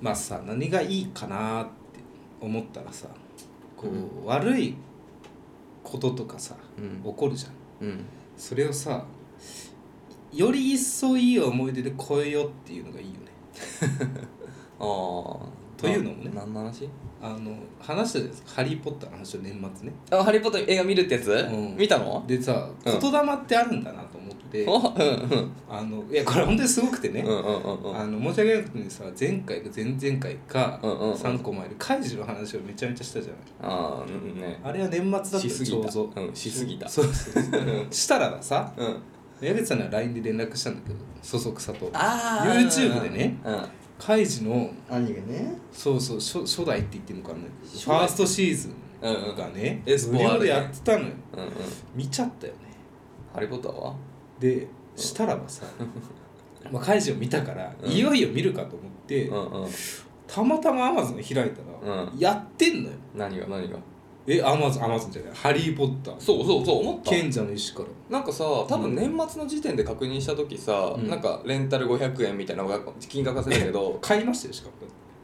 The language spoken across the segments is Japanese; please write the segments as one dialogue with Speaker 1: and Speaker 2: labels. Speaker 1: まあさ何がいいかなって思ったらさこう、悪いこととかさ
Speaker 2: うん
Speaker 1: 起こるじゃん
Speaker 2: うん
Speaker 1: それをさより一層いい思い出で超えようっていうのがいいよね
Speaker 2: ああ
Speaker 1: というのもね
Speaker 2: 何の話
Speaker 1: あの話したじゃないですか「ハリー・ポッター」の話を年末ね
Speaker 2: あハリー・ポッター映画見るってやつ、
Speaker 1: うん
Speaker 2: 見たの
Speaker 1: でさ
Speaker 2: う
Speaker 1: 言
Speaker 2: ん
Speaker 1: 霊ってあるんだなと思って、
Speaker 2: お うんうん
Speaker 1: あの いやこれ本当にすごくてね、
Speaker 2: うんうんうんうん
Speaker 1: あの申し訳ないことにさ前回か前々回か
Speaker 2: うんうんうん
Speaker 1: 3個前でカイジの話をめちゃめちゃしたじゃない
Speaker 2: ああうんね
Speaker 1: あれは年末だった
Speaker 2: しす
Speaker 1: ち
Speaker 2: ぎた
Speaker 1: ょうど
Speaker 2: うんしすぎた
Speaker 1: そうそうそう
Speaker 2: うん
Speaker 1: したらさ
Speaker 2: うん
Speaker 1: 矢口さんには LINE で連絡したんだけどそそくさと
Speaker 2: あ
Speaker 1: YouTube でね
Speaker 2: うん
Speaker 1: カイジの
Speaker 2: アニメね
Speaker 1: そうそう初初代って言ってるのかなフ
Speaker 2: 初代
Speaker 1: ァーストシーズ
Speaker 2: うんうん
Speaker 1: ンがね
Speaker 2: エス
Speaker 1: 無
Speaker 2: ポ
Speaker 1: 料
Speaker 2: ある
Speaker 1: でやってたのよ
Speaker 2: うんうん
Speaker 1: 見ちゃったよね
Speaker 2: ハリー・ポッターは
Speaker 1: でしたらばさ まあカイジを見たから
Speaker 2: うん
Speaker 1: いよいよ見るかと思って
Speaker 2: うんうん
Speaker 1: たまたま Amazon 開いたら
Speaker 2: うん
Speaker 1: やってんのよ
Speaker 2: 何が何が
Speaker 1: えアマゾンアマゾンじゃないハリー・ポッター
Speaker 2: そうそうそう思った
Speaker 1: 賢者の石から
Speaker 2: なんかさ多分年末の時点で確認した時さ、
Speaker 1: うん
Speaker 2: なんかレンタル500円みたいなのが金額がするんだけ ど
Speaker 1: 買いましたよしかも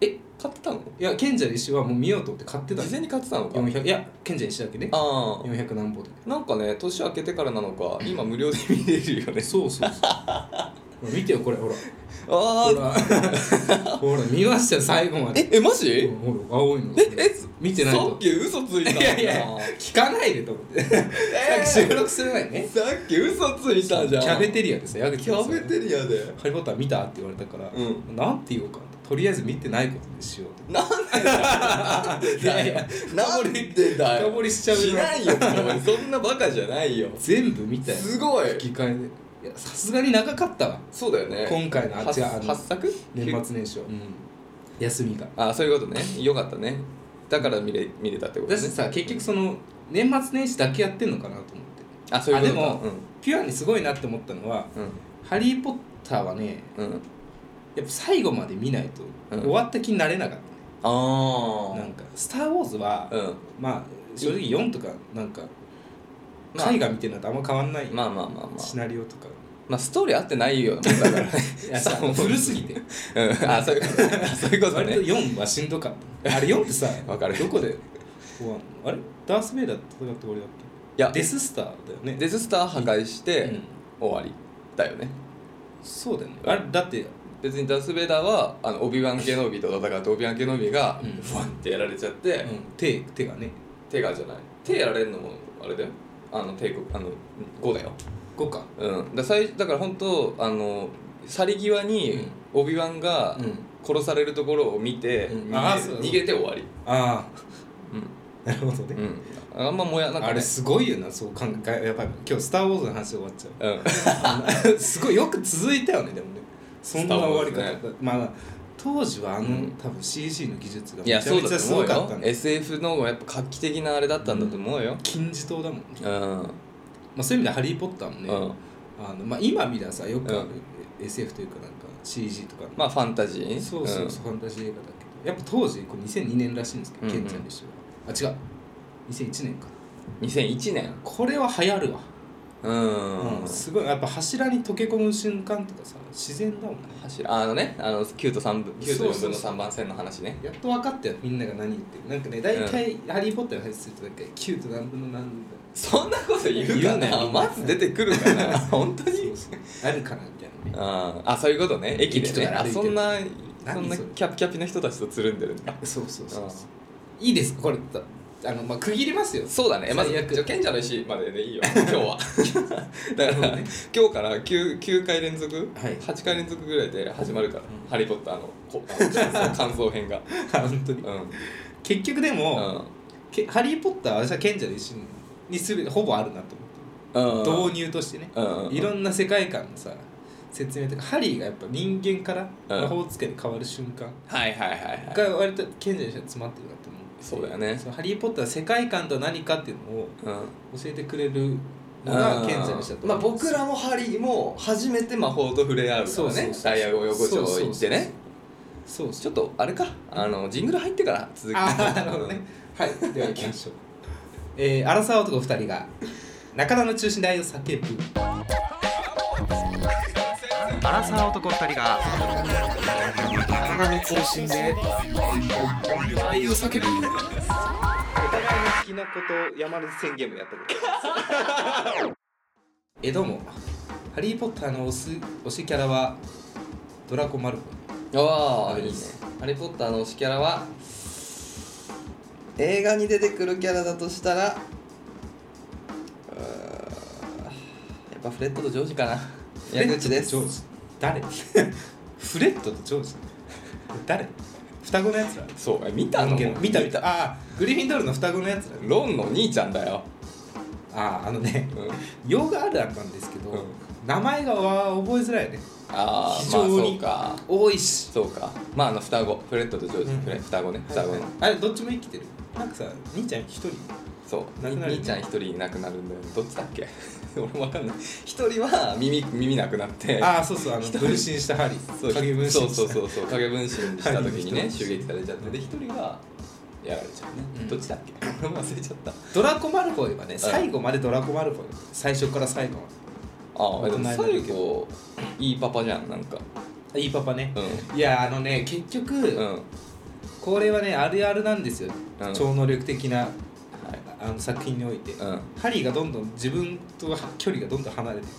Speaker 2: え買ってたの
Speaker 1: いや賢者の石はもう見ようと思って買ってた
Speaker 2: 事前に買ってたのか
Speaker 1: 400いや賢者の石だけね
Speaker 2: ああ
Speaker 1: 400何本で
Speaker 2: なんかね年明けてからなのか今無料で見れるよ ね
Speaker 1: そうそうそうほら見てよこれほら
Speaker 2: あ
Speaker 1: ほ
Speaker 2: あ
Speaker 1: ら ほら見ましたよ最後まで
Speaker 2: ええマジ
Speaker 1: うんほら青いの
Speaker 2: ええ
Speaker 1: 見てない
Speaker 2: さっ
Speaker 1: と
Speaker 2: き嘘ついたん
Speaker 1: い
Speaker 2: だ
Speaker 1: やいや聞かないでと思ってさっき収録する前にね
Speaker 2: さっき嘘つい
Speaker 1: キ
Speaker 2: たじゃん
Speaker 1: ャベテリアですよ矢口
Speaker 2: キャベ
Speaker 1: リ
Speaker 2: テリアで
Speaker 1: アハリー・ポッター見たって言われたから、
Speaker 2: う
Speaker 1: なんて言おうかとりあえず見てないことにしようと
Speaker 2: なん で
Speaker 1: いやいや
Speaker 2: なんでだよ
Speaker 1: 深掘りしちゃうよ
Speaker 2: しないよお前そんなバカじゃないよ
Speaker 1: 全部見たよ
Speaker 2: すごい
Speaker 1: 吹き替えでいやさすがに長かったわ
Speaker 2: そうだよね
Speaker 1: 今回のあっちがあの
Speaker 2: 8作
Speaker 1: 年末年始は
Speaker 2: うん
Speaker 1: 休みが
Speaker 2: あそういうことねよかったねだから見れ見れたってことね
Speaker 1: 私さ結局その年末年始だけやってんのかなと思って
Speaker 2: あそういうこと
Speaker 1: あでもピュアにすごいなって思ったのは
Speaker 2: うん
Speaker 1: 「ハリー・ポッター」はね
Speaker 2: うんうん
Speaker 1: やっぱ最後まで見ないと
Speaker 2: うん
Speaker 1: 終わった気になれなかったね、
Speaker 2: あ
Speaker 1: なんか「スター・ウォーズは」
Speaker 2: あうん
Speaker 1: まあ正直4とかなんか
Speaker 2: まあ
Speaker 1: 絵画見てるのとあんま変わんない
Speaker 2: まあまあまあま
Speaker 1: シ
Speaker 2: あ
Speaker 1: ナリオと か
Speaker 2: まあストーリー合ってないようなもんだからね
Speaker 1: いやさ古すぎて
Speaker 2: うんあそういうことねそういうこと
Speaker 1: 割と
Speaker 2: ね
Speaker 1: 4はしんどかったあれ4ってさ
Speaker 2: わかる
Speaker 1: どこで終わんのあれダース・ベイダーと戦って終わりだっ
Speaker 2: いや
Speaker 1: たデススターだよね
Speaker 2: デススター破壊して、
Speaker 1: うん
Speaker 2: 終わりだよね
Speaker 1: そうだよねあれだって
Speaker 2: 別にダース・ベイダーはあのオビワン・ケノビと戦ってオビワン・ケノビが
Speaker 1: うん
Speaker 2: フワンってやられちゃって、
Speaker 1: うん手手がね
Speaker 2: 手がじゃない手やられるのもあれだよあの帝国あの5だよ
Speaker 1: 5か
Speaker 2: うんだ最だから本当あの去り際にオビワンが
Speaker 1: うん
Speaker 2: 殺されるところを見て、
Speaker 1: うんあー
Speaker 2: 逃
Speaker 1: そう
Speaker 2: げ逃げて終わり
Speaker 1: ああ
Speaker 2: う
Speaker 1: なるほど
Speaker 2: ん、
Speaker 1: ね
Speaker 2: うん、あんまもやなんか、ね、
Speaker 1: あれすごいよなそう考えやっぱり今日「スター・ウォーズ」の話で終わっちゃう
Speaker 2: う ん
Speaker 1: すごいよく続いたよねでもねそんな終わり
Speaker 2: スターウォー
Speaker 1: 方、まあ当時はあの、
Speaker 2: うん
Speaker 1: 多分 CG の技術が
Speaker 2: い
Speaker 1: め
Speaker 2: や
Speaker 1: ちゃ
Speaker 2: そ
Speaker 1: め
Speaker 2: う
Speaker 1: ち
Speaker 2: だ
Speaker 1: ゃ
Speaker 2: と
Speaker 1: す
Speaker 2: 思
Speaker 1: ご
Speaker 2: う
Speaker 1: かっ
Speaker 2: よ
Speaker 1: たんで
Speaker 2: SF のやっぱ画期的なあれだったんだと思うよ
Speaker 1: 金字塔だもん、ね
Speaker 2: うんうん
Speaker 1: まあ、そういう意味で「ハリー・ポッター」もね、
Speaker 2: うん
Speaker 1: あのまあ、今見たらさよくある
Speaker 2: うん
Speaker 1: SF というかなんか CG とかの、
Speaker 2: まあファンタジー
Speaker 1: そうそうそう、ファンタジー映画だけどやっぱ当時これ2002年らしいんですけど
Speaker 2: うんうん
Speaker 1: ケンちゃんでしょあ違う2001年か
Speaker 2: うん、2001年
Speaker 1: これは流行るわ、
Speaker 2: うん、
Speaker 1: すごいやっぱ柱に溶け込む瞬間とかさ自然だもんね
Speaker 2: 柱あのねあの9と3分9と4
Speaker 1: そうそ
Speaker 2: 分
Speaker 1: う
Speaker 2: の
Speaker 1: そう
Speaker 2: 3番線の話ね
Speaker 1: やっと分かったよみんなが何言ってるなんかね大体、ハリー・ポッターの話するとなんかキュート何分の何分
Speaker 2: そんなこと言う
Speaker 1: 言
Speaker 2: か
Speaker 1: うな
Speaker 2: な
Speaker 1: よ
Speaker 2: まず出てくる かな本当
Speaker 1: だ
Speaker 2: に
Speaker 1: あるかなみたいなね
Speaker 2: ああそういうことね駅で
Speaker 1: 駅
Speaker 2: ね
Speaker 1: とか
Speaker 2: あ
Speaker 1: 歩いてる
Speaker 2: そんなそ
Speaker 1: 何
Speaker 2: んな
Speaker 1: それ
Speaker 2: キャピキャピの人たちとつるんでるんだ
Speaker 1: そうそうそうそう
Speaker 2: う
Speaker 1: いいですかこれあのまあ区切りますよ
Speaker 2: そうだねまず
Speaker 1: 最悪
Speaker 2: じゃあ賢者の石までで いいよ今日はだから、
Speaker 1: ね
Speaker 2: 今日から 9, 9回連続、
Speaker 1: はい
Speaker 2: 8回連続ぐらいで始まるから「
Speaker 1: ん
Speaker 2: ハリー・ポッターの」 こあの感想感想編が
Speaker 1: 本当に
Speaker 2: うん、
Speaker 1: 結局で
Speaker 2: う
Speaker 1: も、
Speaker 2: ん
Speaker 1: けハリー・ポッターは私は賢者の石にすべてほぼあるなと
Speaker 2: う
Speaker 1: 思
Speaker 2: ん、
Speaker 1: って、導入としてね、
Speaker 2: うんうん
Speaker 1: いろんな世界観のさ説明とかハリーがやっぱ人間から
Speaker 2: うん
Speaker 1: 魔法使いに変わる瞬間
Speaker 2: はいはいはいはい
Speaker 1: が割と賢者の石は詰まってるなと思う
Speaker 2: そうだよね
Speaker 1: そのハリー・ポッターは世界観とは何かっていうのを
Speaker 2: うん
Speaker 1: 教えてくれるのが賢者の人だと
Speaker 2: まあ
Speaker 1: 思うんです
Speaker 2: 僕らもハリーも初めて魔法と触れ合うか
Speaker 1: そう
Speaker 2: ら
Speaker 1: そう
Speaker 2: ね
Speaker 1: そう
Speaker 2: ダイヤゴン横丁行ってね
Speaker 1: そう
Speaker 2: ち
Speaker 1: そう
Speaker 2: ょっとあれかあのジングル入ってから続き
Speaker 1: あ あなるほどねはいでは行きましょうえー、荒沢男2人が中田の中心で愛を叫ぶ
Speaker 2: 「
Speaker 3: アラサー男2人が
Speaker 1: 中中心で愛を叫ぶお互いの好きなこと山根宣言もやったことえどうも「ハリー・ポッター」の推す推しキャラはドラコ・マルコ
Speaker 2: あ
Speaker 1: あ
Speaker 2: あいい
Speaker 1: いい
Speaker 2: ね
Speaker 1: ね
Speaker 2: 「ハリー・ポッター」の推しキャラは映画に出てくるキャラだとしたらうーやっぱフレッドとジョージかな矢口です
Speaker 1: フレッドとジョージ誰 フレッドとジョージ誰双子のやつら
Speaker 2: そうえ見たの
Speaker 1: 人間見た見たああグリフィンドールの双子のやつら
Speaker 2: ロンの兄ちゃんだよ、
Speaker 1: あああのね
Speaker 2: うん、
Speaker 1: 用があるあるなんですけど、
Speaker 2: うん
Speaker 1: 名前がわ覚えづらいよね
Speaker 2: ああ
Speaker 1: 非
Speaker 2: まあ
Speaker 1: 常
Speaker 2: そう
Speaker 1: に
Speaker 2: か
Speaker 1: 多いし
Speaker 2: そうかまああの双子フレッドとジョージ、
Speaker 1: うん
Speaker 2: フレ双子ね双子の、
Speaker 1: あれどっちも生きてるなんかさ兄ちゃん一人
Speaker 2: そう、
Speaker 1: なくなるね
Speaker 2: 兄ちゃん一人いなくなるんだよねどっちだっけ 俺もわかんない一人は耳耳なくなって
Speaker 1: ああそうそうあの
Speaker 2: 一人
Speaker 1: 分身したハリ
Speaker 2: そう
Speaker 1: ー影分身
Speaker 2: そうそう
Speaker 1: う
Speaker 2: そうそう影分身した時に
Speaker 1: は
Speaker 2: ね
Speaker 1: い
Speaker 2: 襲撃されちゃってで一人はやられちゃうね、
Speaker 1: うん
Speaker 2: どっちだっけ 忘れちゃった
Speaker 1: ドラコ・マルコイはね最後までドラコ・マルコイ最初から最後ま
Speaker 2: ああ
Speaker 1: 大
Speaker 2: でも
Speaker 1: 人にな
Speaker 2: 最
Speaker 1: るけ
Speaker 2: 後いいパパじゃんなんか
Speaker 1: でいいパパね
Speaker 2: う
Speaker 1: いやあのね結局、
Speaker 2: んうんはい
Speaker 1: これはねあるあるなんですよ、
Speaker 2: うん
Speaker 1: 超能力的なあの作品において、
Speaker 2: うん
Speaker 1: ハリーがどんどん自分とは距離がどんどん離れていく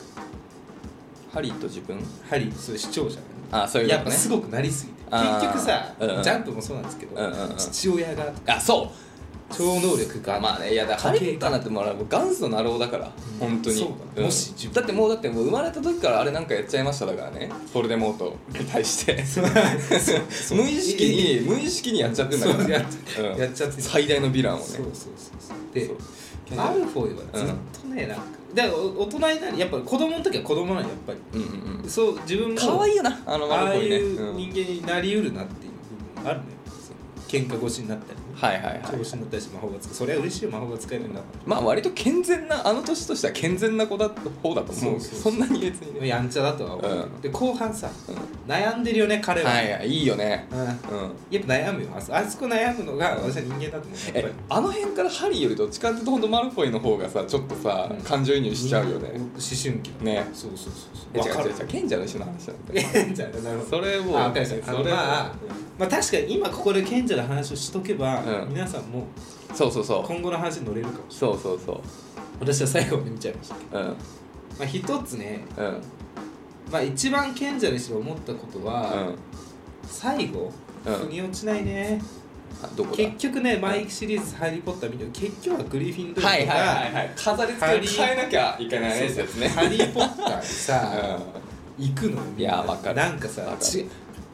Speaker 2: ハリーと自分
Speaker 1: ハリーそういう視聴者がね
Speaker 2: ああそういうこ
Speaker 1: や
Speaker 2: と
Speaker 1: っぱ
Speaker 2: ね
Speaker 1: すごくなりすぎて
Speaker 2: あー
Speaker 1: 結局さ、
Speaker 2: うんうん
Speaker 1: ジャンプもそうなんですけど、
Speaker 2: うんうんうん
Speaker 1: 父親が
Speaker 2: あそう
Speaker 1: 超能力が、
Speaker 2: まあねいやだからハリー・ポッターなんてもうあれもう元祖のナローだから、
Speaker 1: うん
Speaker 2: 本当に
Speaker 1: そうだねもし自分
Speaker 2: だってもうだってもう生まれた時からあれなんかやっちゃいましただからねフォルデモートに対して 無意識に無意識にやっちゃってんだから
Speaker 1: そうやっ
Speaker 2: うん
Speaker 1: やっちゃってる
Speaker 2: 最大のヴィランをね
Speaker 1: そうそうそうそうで
Speaker 2: そう
Speaker 1: アルフォイはずっとね、なんかだからお大人になりやっぱり子供の時は子供なのやっぱり
Speaker 2: うんうんうん
Speaker 1: そう自分も
Speaker 2: 可愛いよなあの
Speaker 1: あ
Speaker 2: マ
Speaker 1: あ
Speaker 2: ルコ
Speaker 1: い
Speaker 2: イね
Speaker 1: う
Speaker 2: うん
Speaker 1: 人間になりうるなっていう部分があるのよ喧嘩腰になったり
Speaker 2: はいはいはい
Speaker 1: 調子に乗ったりして魔法が使えそれは嬉しいよ魔法が使えるんだか
Speaker 2: まあ割と健全なあの年としては健全な子だった方だと思う
Speaker 1: そうそう
Speaker 2: そ
Speaker 1: そうん
Speaker 2: なに別に
Speaker 1: ら
Speaker 2: ね
Speaker 1: やんちゃだとは思う、
Speaker 2: うん
Speaker 1: で後半さ
Speaker 2: うん
Speaker 1: 悩んでるよね彼は、
Speaker 2: はいはいいいよね
Speaker 1: うん、やっ
Speaker 2: うん
Speaker 1: ぱ悩むよあそあそこ悩むのが私は人間だと思うやっぱ
Speaker 2: え
Speaker 1: り
Speaker 2: あの辺からハリーよりどっちかっていうとほんとマルフォイの方がさちょっとさ、
Speaker 1: うん
Speaker 2: 感情移入しちゃう
Speaker 1: 人
Speaker 2: よね
Speaker 1: 思春期だ
Speaker 2: ね
Speaker 1: そうそうそう
Speaker 2: え
Speaker 1: そう
Speaker 2: 違う違う
Speaker 1: る
Speaker 2: 違う賢者の石の話なん だよ
Speaker 1: 賢者なるほど
Speaker 2: それもう
Speaker 1: あわかりましたあの
Speaker 2: それも
Speaker 1: まあまあ確かに今ここで賢者の話をしとけば、
Speaker 2: うん
Speaker 1: 皆さんも
Speaker 2: そうそうそう
Speaker 1: 今後の話に乗れるかもし
Speaker 2: そうそうそ
Speaker 1: れない私は最後まで見ちゃいましたけど
Speaker 2: ううん
Speaker 1: まあ一つね、
Speaker 2: うん
Speaker 1: まあ、一番賢者にしろ思ったことは、
Speaker 2: うん
Speaker 1: 最後
Speaker 2: うん
Speaker 1: 腑に落ちないね、
Speaker 2: あどこだ
Speaker 1: 結局ね毎シリーズ「ハリー・ポッター」見ても結局はグリフィンドー
Speaker 2: は
Speaker 1: ル
Speaker 2: い
Speaker 1: とか、
Speaker 2: はいはいはい飾り付けを変えなきゃいけないやつですね
Speaker 1: ハリー・ポッターにさ、
Speaker 2: う
Speaker 1: 行くのよみんない
Speaker 2: やわかる
Speaker 1: なんか
Speaker 2: わ
Speaker 1: さ
Speaker 2: かる
Speaker 1: ち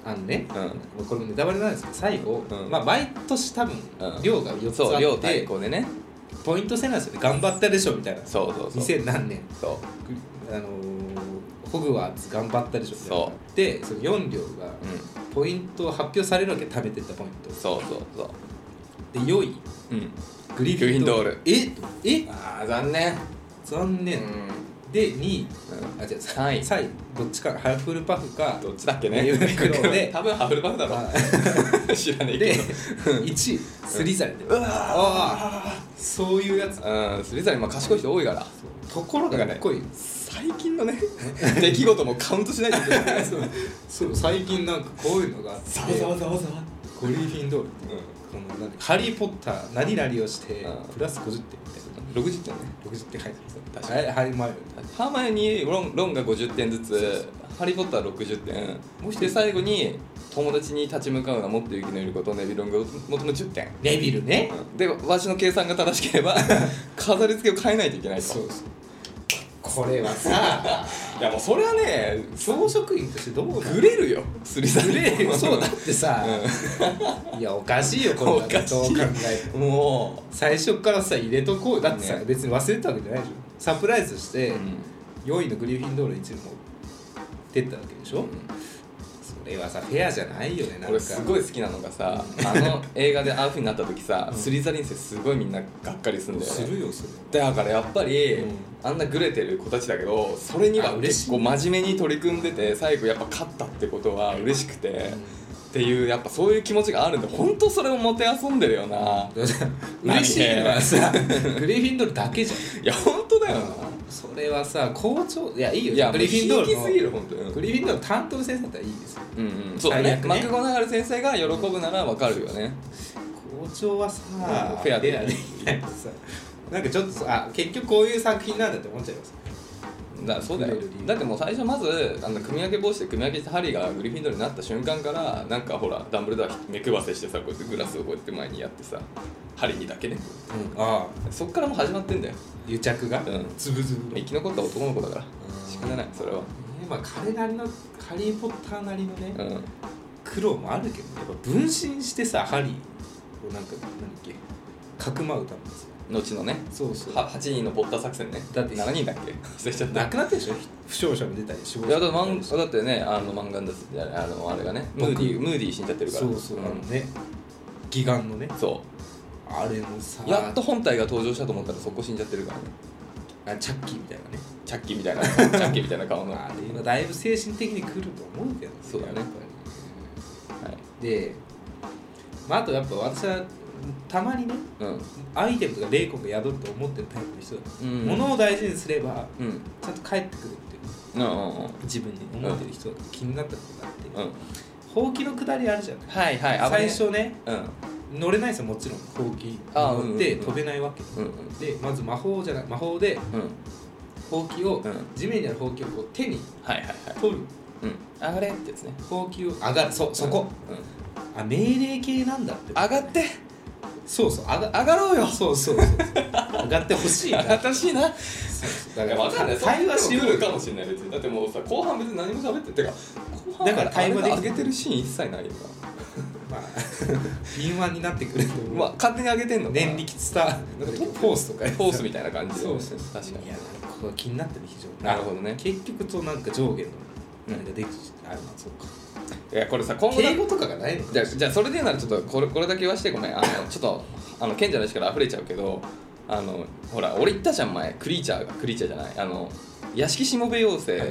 Speaker 1: あのね
Speaker 2: んうん
Speaker 1: これもネタバレなんですけど最後、
Speaker 2: うん
Speaker 1: まあ、毎年多分、
Speaker 2: うん
Speaker 1: 量が4つ
Speaker 2: そう両
Speaker 1: あって
Speaker 2: 対抗でね
Speaker 1: ポイント制なんですよね頑張ったでしょみたいな
Speaker 2: そうそうそう
Speaker 1: 2000何年
Speaker 2: そう
Speaker 1: あのーホグワーツ頑張ったでしょみたいな
Speaker 2: そ
Speaker 1: でその4両が
Speaker 2: うん
Speaker 1: ポイントを発表されるわけ貯めてったポイント
Speaker 2: そうそうそう
Speaker 1: で4位
Speaker 2: うん
Speaker 1: グリ
Speaker 2: フィンドール
Speaker 1: ええ
Speaker 2: ああ残念
Speaker 1: 残
Speaker 2: う
Speaker 1: 念、
Speaker 2: ん
Speaker 1: で2位あ違う
Speaker 2: 三位
Speaker 1: 3位どっちかハーフルパフか
Speaker 2: どっちだっけね
Speaker 1: ユニクロで
Speaker 2: 多分ハブルバフだろ
Speaker 1: あ
Speaker 2: 知らねえ
Speaker 1: で
Speaker 2: けど
Speaker 1: 1位スリザリン
Speaker 2: うわ
Speaker 1: そういうやつ
Speaker 2: ーうんスリザリンも賢い人多いから
Speaker 1: ところがかっこいい
Speaker 2: 最近 のね出来事もカウントしないといけない
Speaker 1: そう最近なんかこういうのがあって
Speaker 2: ざわざわ
Speaker 1: グリフィンドールってこの何ハリー・ポッター何々をして
Speaker 2: うん
Speaker 1: プラス50点みたい
Speaker 2: 60点ね
Speaker 1: な60点入ってま
Speaker 2: 確
Speaker 1: す
Speaker 2: かに
Speaker 1: ハリー・マイル
Speaker 2: ハーマイオニーロンロンが50点ずつハリー・ポッターは60点
Speaker 1: もう一人
Speaker 2: で最後に友達に立ち向かうなもっと勇気のいることネビルロングもとも10点
Speaker 1: ネビルね
Speaker 2: でわしの計算が正しけれ ば飾り付けを変えないといけないと
Speaker 1: そうそうこれはさ
Speaker 2: いやもうそれはね
Speaker 1: 教職員としてどうなの
Speaker 2: グレるよスリザ
Speaker 1: グ
Speaker 2: リン
Speaker 1: レーよそうだってさ、いやおかしいよこ
Speaker 2: お
Speaker 1: れ
Speaker 2: か
Speaker 1: は
Speaker 2: しい
Speaker 1: どう考えても
Speaker 2: も
Speaker 1: 最初からさ入れとこうよだってさ、
Speaker 2: ね
Speaker 1: 別に忘れてたわけじゃないでしょサプライズして、
Speaker 2: う、
Speaker 1: 4位のグリフィンドール1位に持ってったわけでしょ、それはさフェアじゃないよねなんか
Speaker 2: 俺すごい好きなのがさあの映画でああいうふうになった時さ、スリザリン生すごいみんながっかりするんだよ、ね、
Speaker 1: するよそれ
Speaker 2: だからやっぱり、
Speaker 1: うん
Speaker 2: あんなグレてる子たちだけどそれに
Speaker 1: あ
Speaker 2: は
Speaker 1: 嬉し
Speaker 2: 結
Speaker 1: い
Speaker 2: 構真面目に取り組んでて最後やっぱ勝ったってことは嬉しくて、っていうやっぱそういう気持ちがあるんで本当それをもてあそんでるよな、
Speaker 1: 嬉しいのはさグリフィンドールだけじゃん
Speaker 2: いや本当だよ
Speaker 1: う
Speaker 2: な、
Speaker 1: んそれはさ校長いやいいよ
Speaker 2: いや
Speaker 1: グリフィンドールの
Speaker 2: もうひいきすぎる本当に
Speaker 1: グリフィンドールの担当の先生だったらいいですよ
Speaker 2: うんうんそうだね
Speaker 1: 最悪ね
Speaker 2: マクゴナガル先生が喜ぶならわかるよね
Speaker 1: 校長はさ
Speaker 2: うんフェアで
Speaker 1: フェアでいないとさなんかちょっとさあ結局こういう作品なんだって思っちゃいます
Speaker 2: だそうだよだってもう最初まずあの組み上げ帽子で組み上げてハリーがグリフィンドールになった瞬間からなんかほらダンブルドア目配せしてさこうやってグラスをこうやって前にやってさハリーにだけね
Speaker 1: うん、ああ
Speaker 2: そっからもう始まってんだよ
Speaker 1: 癒着が
Speaker 2: うん
Speaker 1: つぶつぶ
Speaker 2: 生き残った男の子だから仕方ないそれは
Speaker 1: まあ彼なりのハリー・ポッターなりのね、
Speaker 2: うん
Speaker 1: 苦労もあるけどねやっぱ分身してさハリーをなんか何だっけかくまうためですよ
Speaker 2: 後のね
Speaker 1: そうそ
Speaker 2: は8人のポッター作戦ね
Speaker 1: だって
Speaker 2: 7人だっけ忘れちゃった
Speaker 1: なくなってるでしょ負傷者も出たり死亡
Speaker 2: いや
Speaker 1: 者
Speaker 2: だって
Speaker 1: も
Speaker 2: マ
Speaker 1: 出た
Speaker 2: ン
Speaker 1: り
Speaker 2: だってねあの漫画だってあのあれがねム
Speaker 1: 僕
Speaker 2: ーディームーディー死んじゃってるから
Speaker 1: そうそう、
Speaker 2: ん
Speaker 1: あのね義眼のね
Speaker 2: そ
Speaker 1: あれもさ
Speaker 2: うやっと本体が登場したと思ったらそこ死んじゃってるからね
Speaker 1: あチャッキーみたいなね
Speaker 2: チャッキーみたいなチャッキーみたいな顔の、は
Speaker 1: あれはだいぶ精神的にくると思うけど
Speaker 2: そうだね
Speaker 1: やっぱ
Speaker 2: い、
Speaker 1: りで、まあ、あとやっぱ私はたまにね
Speaker 2: うん
Speaker 1: アイテムとか霊魂が宿ると思ってるタイプの人だ
Speaker 2: う
Speaker 1: も
Speaker 2: ん
Speaker 1: の、物を大事にすれば
Speaker 2: うんうん
Speaker 1: ちゃんと帰ってくるっていう
Speaker 2: うんうん
Speaker 1: 自分に思ってる人だと気になったことがあって、
Speaker 2: うん
Speaker 1: ほうきのくだりあるじゃない
Speaker 2: はいはい危な
Speaker 1: 最
Speaker 2: い
Speaker 1: 初ね
Speaker 2: うん
Speaker 1: 乗れないですよもちろんほうき
Speaker 2: あうんうんう
Speaker 1: 乗
Speaker 2: ん
Speaker 1: って飛べないわけ、
Speaker 2: うん
Speaker 1: でまず魔法じゃない魔法で
Speaker 2: うんうん
Speaker 1: ほうきを、
Speaker 2: うん
Speaker 1: 地面にあるほうきをこう手に
Speaker 2: はいはいはい
Speaker 1: 取る
Speaker 2: うん上がれってやつね
Speaker 1: ほうきを上がるそうそこ、
Speaker 2: うんうん
Speaker 1: あ命令系なんだって
Speaker 2: 上がって
Speaker 1: そうそう上が
Speaker 2: 上がろうよ
Speaker 1: そうそうそう上がってほしい
Speaker 2: 上
Speaker 1: な
Speaker 2: がってほしいな
Speaker 1: だから
Speaker 2: わかん ない
Speaker 1: 対話しよう
Speaker 2: 来るかもしれない別にだってもうさ後半別に何も喋っててか後半
Speaker 1: だから対話できる
Speaker 2: 上げてるシーン一切ないよ
Speaker 1: まあ 敏腕になってくれると
Speaker 2: な
Speaker 1: 思う、
Speaker 2: まあ勝手に上げてんのかな
Speaker 1: 念力伝わるなんかトップフォースとか
Speaker 2: フォースみたいな感じで
Speaker 1: そうそう
Speaker 2: 確かに
Speaker 1: いやここが気になってる非常に
Speaker 2: なるほどね
Speaker 1: あ結局となんか上下の
Speaker 2: うん
Speaker 1: 何かできちゃうあまあそうか
Speaker 2: いやこれさ今後だ
Speaker 1: 敬語とかがないのか
Speaker 2: じゃあじゃあそれで言うならちょっとこれこれだけ言わしてごめんあのちょっとあの賢者の石から溢れちゃうけどあのほら俺言ったじゃん前クリーチャーがクリーチャーじゃないあの屋敷しもべ妖精
Speaker 1: はい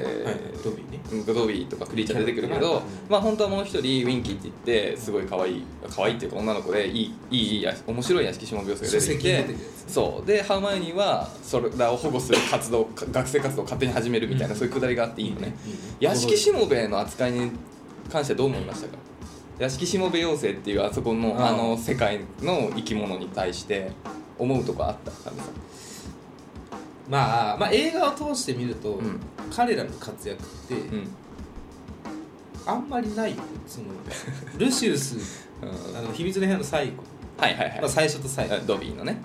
Speaker 1: ドビーね
Speaker 2: うんドビーとかクリーチャー出てくるけ
Speaker 1: キャラ
Speaker 2: ど
Speaker 1: かな、
Speaker 2: まあ本当はもう一人ウィンキーって言ってすごい可愛い可愛いっていうか女の子でいいいいいいや面白い屋敷しもべ妖精が出てき
Speaker 1: 書籍に出
Speaker 2: て
Speaker 1: てくるやつね
Speaker 2: そうでハーマイオニーはそれらを保護する活動か学生活動を勝手に始めるみたいな、
Speaker 1: うん
Speaker 2: そういうくだりがあっていいよね、
Speaker 1: いいね
Speaker 2: 屋敷しもべの扱いに関してどう思いましたか屋敷しもべ妖精っていうあそこの
Speaker 1: ああ
Speaker 2: あの世界の生き物に対して思うとこあった神さん
Speaker 1: まあまあ映画を通して見ると、
Speaker 2: うん
Speaker 1: 彼らの活躍って、
Speaker 2: うん
Speaker 1: あんまりないよそのルシウ ス
Speaker 2: うん
Speaker 1: あの秘密の部屋の最後、
Speaker 2: はいはいはい
Speaker 1: まあ、最初と最後
Speaker 2: あドビーのね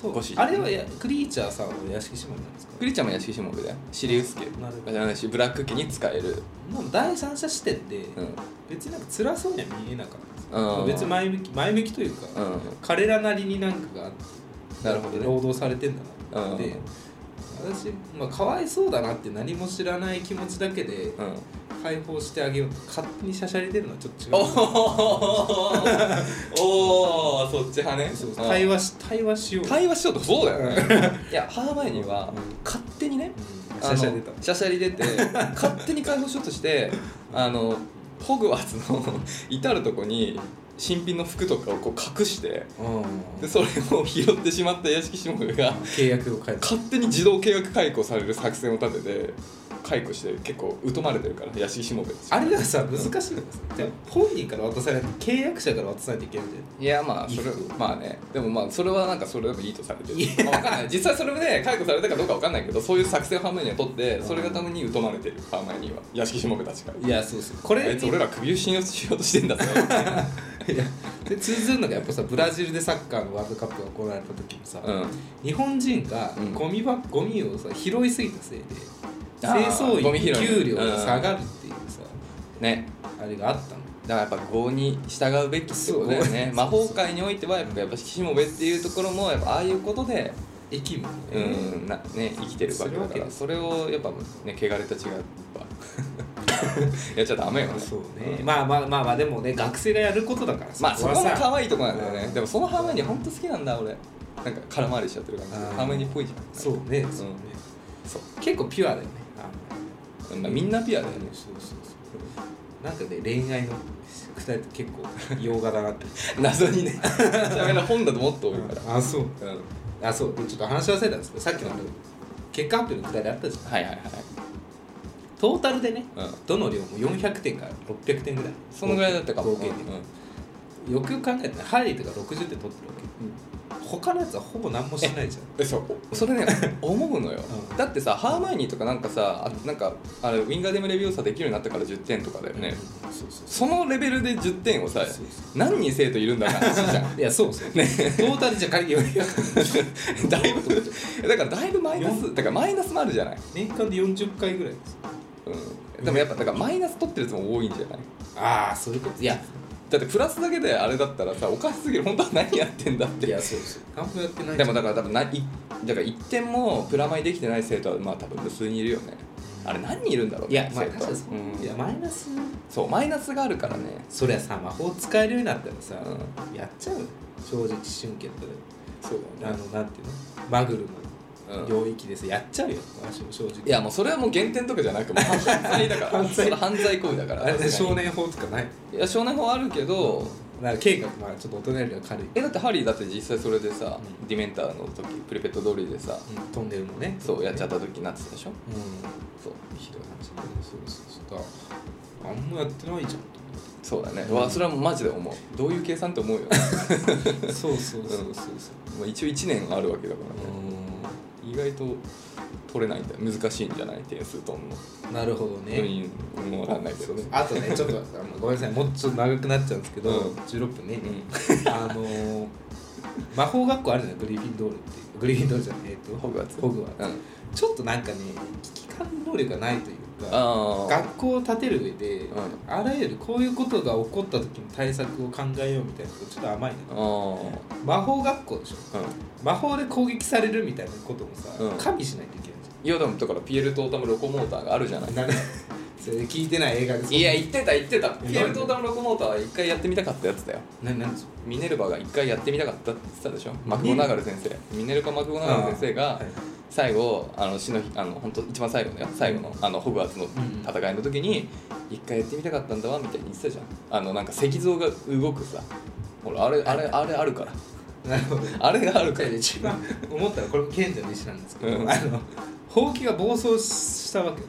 Speaker 1: と
Speaker 2: ご主人
Speaker 1: あれはやクリーチャーさんは屋敷島なんですか
Speaker 2: クリーチャーも屋敷しもべだよシリウス家
Speaker 1: なるほど
Speaker 2: じゃないしブラック家に使える
Speaker 1: もう第三者視点で、
Speaker 2: うん
Speaker 1: 別になんか辛そうには見えなかったです
Speaker 2: うん
Speaker 1: 別に前向き前向きというか、
Speaker 2: うん
Speaker 1: 彼らなりになんかがあって
Speaker 2: なるほどね
Speaker 1: 労働されてんだなと思って、
Speaker 2: うん
Speaker 1: 私、まあ、かわいそうだなって何も知らない気持ちだけで
Speaker 2: うん
Speaker 1: 解放してあげようと勝手にしゃしゃり出るのはちょっと違う
Speaker 2: おーおーそっち派ね
Speaker 1: そう
Speaker 2: うん
Speaker 1: 対話し対話しよう
Speaker 2: 対話しようとそうだよねいやハーマイオニーは勝手にね
Speaker 1: うん
Speaker 2: あ
Speaker 1: しゃし
Speaker 2: の
Speaker 1: ゃり出た
Speaker 2: しゃしゃり出て勝手に解放しようとしてあのホグワーツの 至るとこに新品の服とかをこう隠して
Speaker 1: うん
Speaker 2: でそれを拾ってしまった屋敷しもべが
Speaker 1: 契約を変えた
Speaker 2: 勝手に自動契約解雇される作戦を立てて解雇して結構疎まれてるから屋敷しもべ
Speaker 1: あれがさ難しいのがさ、じゃあ本人から渡さないと契約者から渡さないといけないじゃん
Speaker 2: いやまあそれ
Speaker 1: いい服
Speaker 2: まあねでもまあそれはなんかそれでもいいとされて
Speaker 1: い
Speaker 2: る、まあ、わかんない実際それで解雇されたかどうかわかんないけどそういう作戦をハーマイオニーは取ってそれがために疎まれてるハーマイオニーは屋敷しもべたちから
Speaker 1: いやそうそうこれ
Speaker 2: あいつ俺ら首を信用しようとしてん だぞ
Speaker 1: いやで通ずるのがやっぱさブラジルでサッカーのワールドカップが行われた時もさ、
Speaker 2: うん
Speaker 1: 日本人が
Speaker 2: うん
Speaker 1: ゴミばゴミをさ拾いすぎたせいで
Speaker 2: あー
Speaker 1: 清掃
Speaker 2: ゴミ拾い
Speaker 1: 員給料が下がるっていうさ、
Speaker 2: ね
Speaker 1: あれがあったの
Speaker 2: だからやっぱ合に従うべきってことだよね
Speaker 1: そう
Speaker 2: 魔法界においてはやっぱやっぱしもべっていうところもやっぱああいうことで、
Speaker 1: 駅もね、
Speaker 2: うんなね、生きてるわ
Speaker 1: す
Speaker 2: けだか
Speaker 1: るわ
Speaker 2: ら
Speaker 1: け
Speaker 2: それをやっぱね汚れた血がやっぱ やっちゃダメよね
Speaker 1: そうね、まあまあまあまあでもね学生がやることだから
Speaker 2: まあそこも
Speaker 1: はさ
Speaker 2: 可愛いとこなんだよね、
Speaker 1: うん
Speaker 2: でもそのハーマイオニーほんと好きなんだ俺なんか空回りしちゃってる感じ
Speaker 1: うん
Speaker 2: ハーマイオニーっぽいじゃん
Speaker 1: そうねそうね、
Speaker 2: そう
Speaker 1: 結構ピュアだよねあ
Speaker 2: まあみんなピュアだよね
Speaker 1: そうそうそうなんかね恋愛の二人って結構洋画だなって
Speaker 2: 謎に ねちなみに本だともっと多いから
Speaker 1: あそう
Speaker 2: うん
Speaker 1: あそうちょっと話し忘れたんですけどさっきのあの結果発表のくだりあったじゃん
Speaker 2: はいはいはい
Speaker 1: トータルでね
Speaker 2: うん
Speaker 1: どの量も400点から600点ぐらい
Speaker 2: そのぐらいだったかも
Speaker 1: 合計
Speaker 2: うん
Speaker 1: 点よくよく考えてねハリーとか60点取ってるわけ他のやつはほぼ何もしてないじゃん
Speaker 2: えそうおそれね 思うのよ、
Speaker 1: うん
Speaker 2: だってさハーマイオニーとかなんかさあなんかあれウィンガーデムレビューさできるようになったから10点とかだよね、
Speaker 1: うんそうそう
Speaker 2: そのレベルで10点をさ
Speaker 1: そうそ
Speaker 2: 何人生徒いるんだって話じゃん
Speaker 1: いやそうそう ねトータルじゃ仮に400
Speaker 2: だいぶだからだいぶマイナスだからマイナスもあるじゃない、
Speaker 1: 年間で40回ぐらいです
Speaker 2: うん、でもやっぱだからマイナス取ってるやつも多いんじゃない
Speaker 1: ああそういうこといや
Speaker 2: だってプラスだけであれだったらさおかしすぎる本当は何やってんだっ
Speaker 1: い
Speaker 2: て
Speaker 1: やそうそう何もやってない
Speaker 2: でもだ
Speaker 1: か
Speaker 2: から多分ないだから1点もプラマイできてない生徒はまあ多分無数にいるよねあれ何人いるんだろう
Speaker 1: いやまあ
Speaker 2: 生
Speaker 1: 確
Speaker 2: 徒
Speaker 1: かにそう
Speaker 2: うん
Speaker 1: いやマイナス
Speaker 2: そうマイナスがあるからね
Speaker 1: そりゃさ魔法使えるようになったらさ
Speaker 2: う
Speaker 1: やっちゃうよ正直思春期やったら
Speaker 2: そう
Speaker 1: あのなんていうのマグル
Speaker 2: う
Speaker 1: の
Speaker 2: ん
Speaker 1: 領域ですやっちゃうよ私も正直
Speaker 2: いやもうそれはもう減点とかじゃなくもう犯罪だから
Speaker 1: 犯罪
Speaker 2: それ犯罪行為だから
Speaker 1: あれね
Speaker 2: 確かに
Speaker 1: 少年法とかない
Speaker 2: いや少年法あるけど
Speaker 1: なんか計画まあちょっと大人よりは軽い、
Speaker 2: えだってハリーだって実際それでさ、
Speaker 1: うん
Speaker 2: ディメンターの時プリペット通りでさ
Speaker 1: うん、トンネルもね
Speaker 2: そうやっちゃった時になってたでしょ
Speaker 1: うん
Speaker 2: そう
Speaker 1: ひどい話だけどそうそうそうあんまやってないじ
Speaker 2: そうだね、うわそれはもうマジで思うどういう計算って思うよ、ね、
Speaker 1: ゃんそうそうそうそうそう
Speaker 2: もう一応1年あるわけだからね、
Speaker 1: う
Speaker 2: 意外と取れないんだよ難しいんじゃない点数取んの
Speaker 1: んなるほどね
Speaker 2: うん分かんないけどね
Speaker 1: あとねちょっとあのごめんなさいもうちょっと長くなっちゃうんですけど、
Speaker 2: うん
Speaker 1: 16分ね、
Speaker 2: うん
Speaker 1: あのー魔法学校あるじゃないグリフィンドールっていうグリフィンドールじゃないえっと
Speaker 2: ホグワーツ
Speaker 1: ホグワーツ
Speaker 2: うん
Speaker 1: ちょっとなんかね危機管理能力がないというか
Speaker 2: ああ
Speaker 1: 学校を建てる上で、
Speaker 2: うん
Speaker 1: あらゆるこういうことが起こった時の対策を考えようみたいなことちょっと甘い
Speaker 2: あ
Speaker 1: な
Speaker 2: ー
Speaker 1: 魔法学校でしょ
Speaker 2: うん
Speaker 1: 魔法で攻撃されるみたいなこともさ、
Speaker 2: うん
Speaker 1: 加味しないといけないじ
Speaker 2: いやでもだからピエール・トータム・ロコモーターがあるじゃない
Speaker 1: ゃんなんか それ聞いてない映画です
Speaker 2: いや言ってた言ってた
Speaker 1: え
Speaker 2: ピエール・トータム・ロコモーターは一回やってみたかったやつだよ
Speaker 1: ななんですか
Speaker 2: ミネルヴァが一回やってみたかったって言ってたでしょマクゴナガル先生ミネルヴァ・マクゴナガル先生が最後あの死の日あの本当一番最後のよ最後のあのホグワーツの
Speaker 1: ん
Speaker 2: 戦いの時に一回やってみたかったんだわみたいに言ってたじゃんあのなんか石像が動くさほらあれあれあれあるから
Speaker 1: なるほど
Speaker 2: あれがあるから
Speaker 1: 一番思ったのはこれも賢者の石なんですけど、
Speaker 2: うん
Speaker 1: あのほうきが暴走したわけよ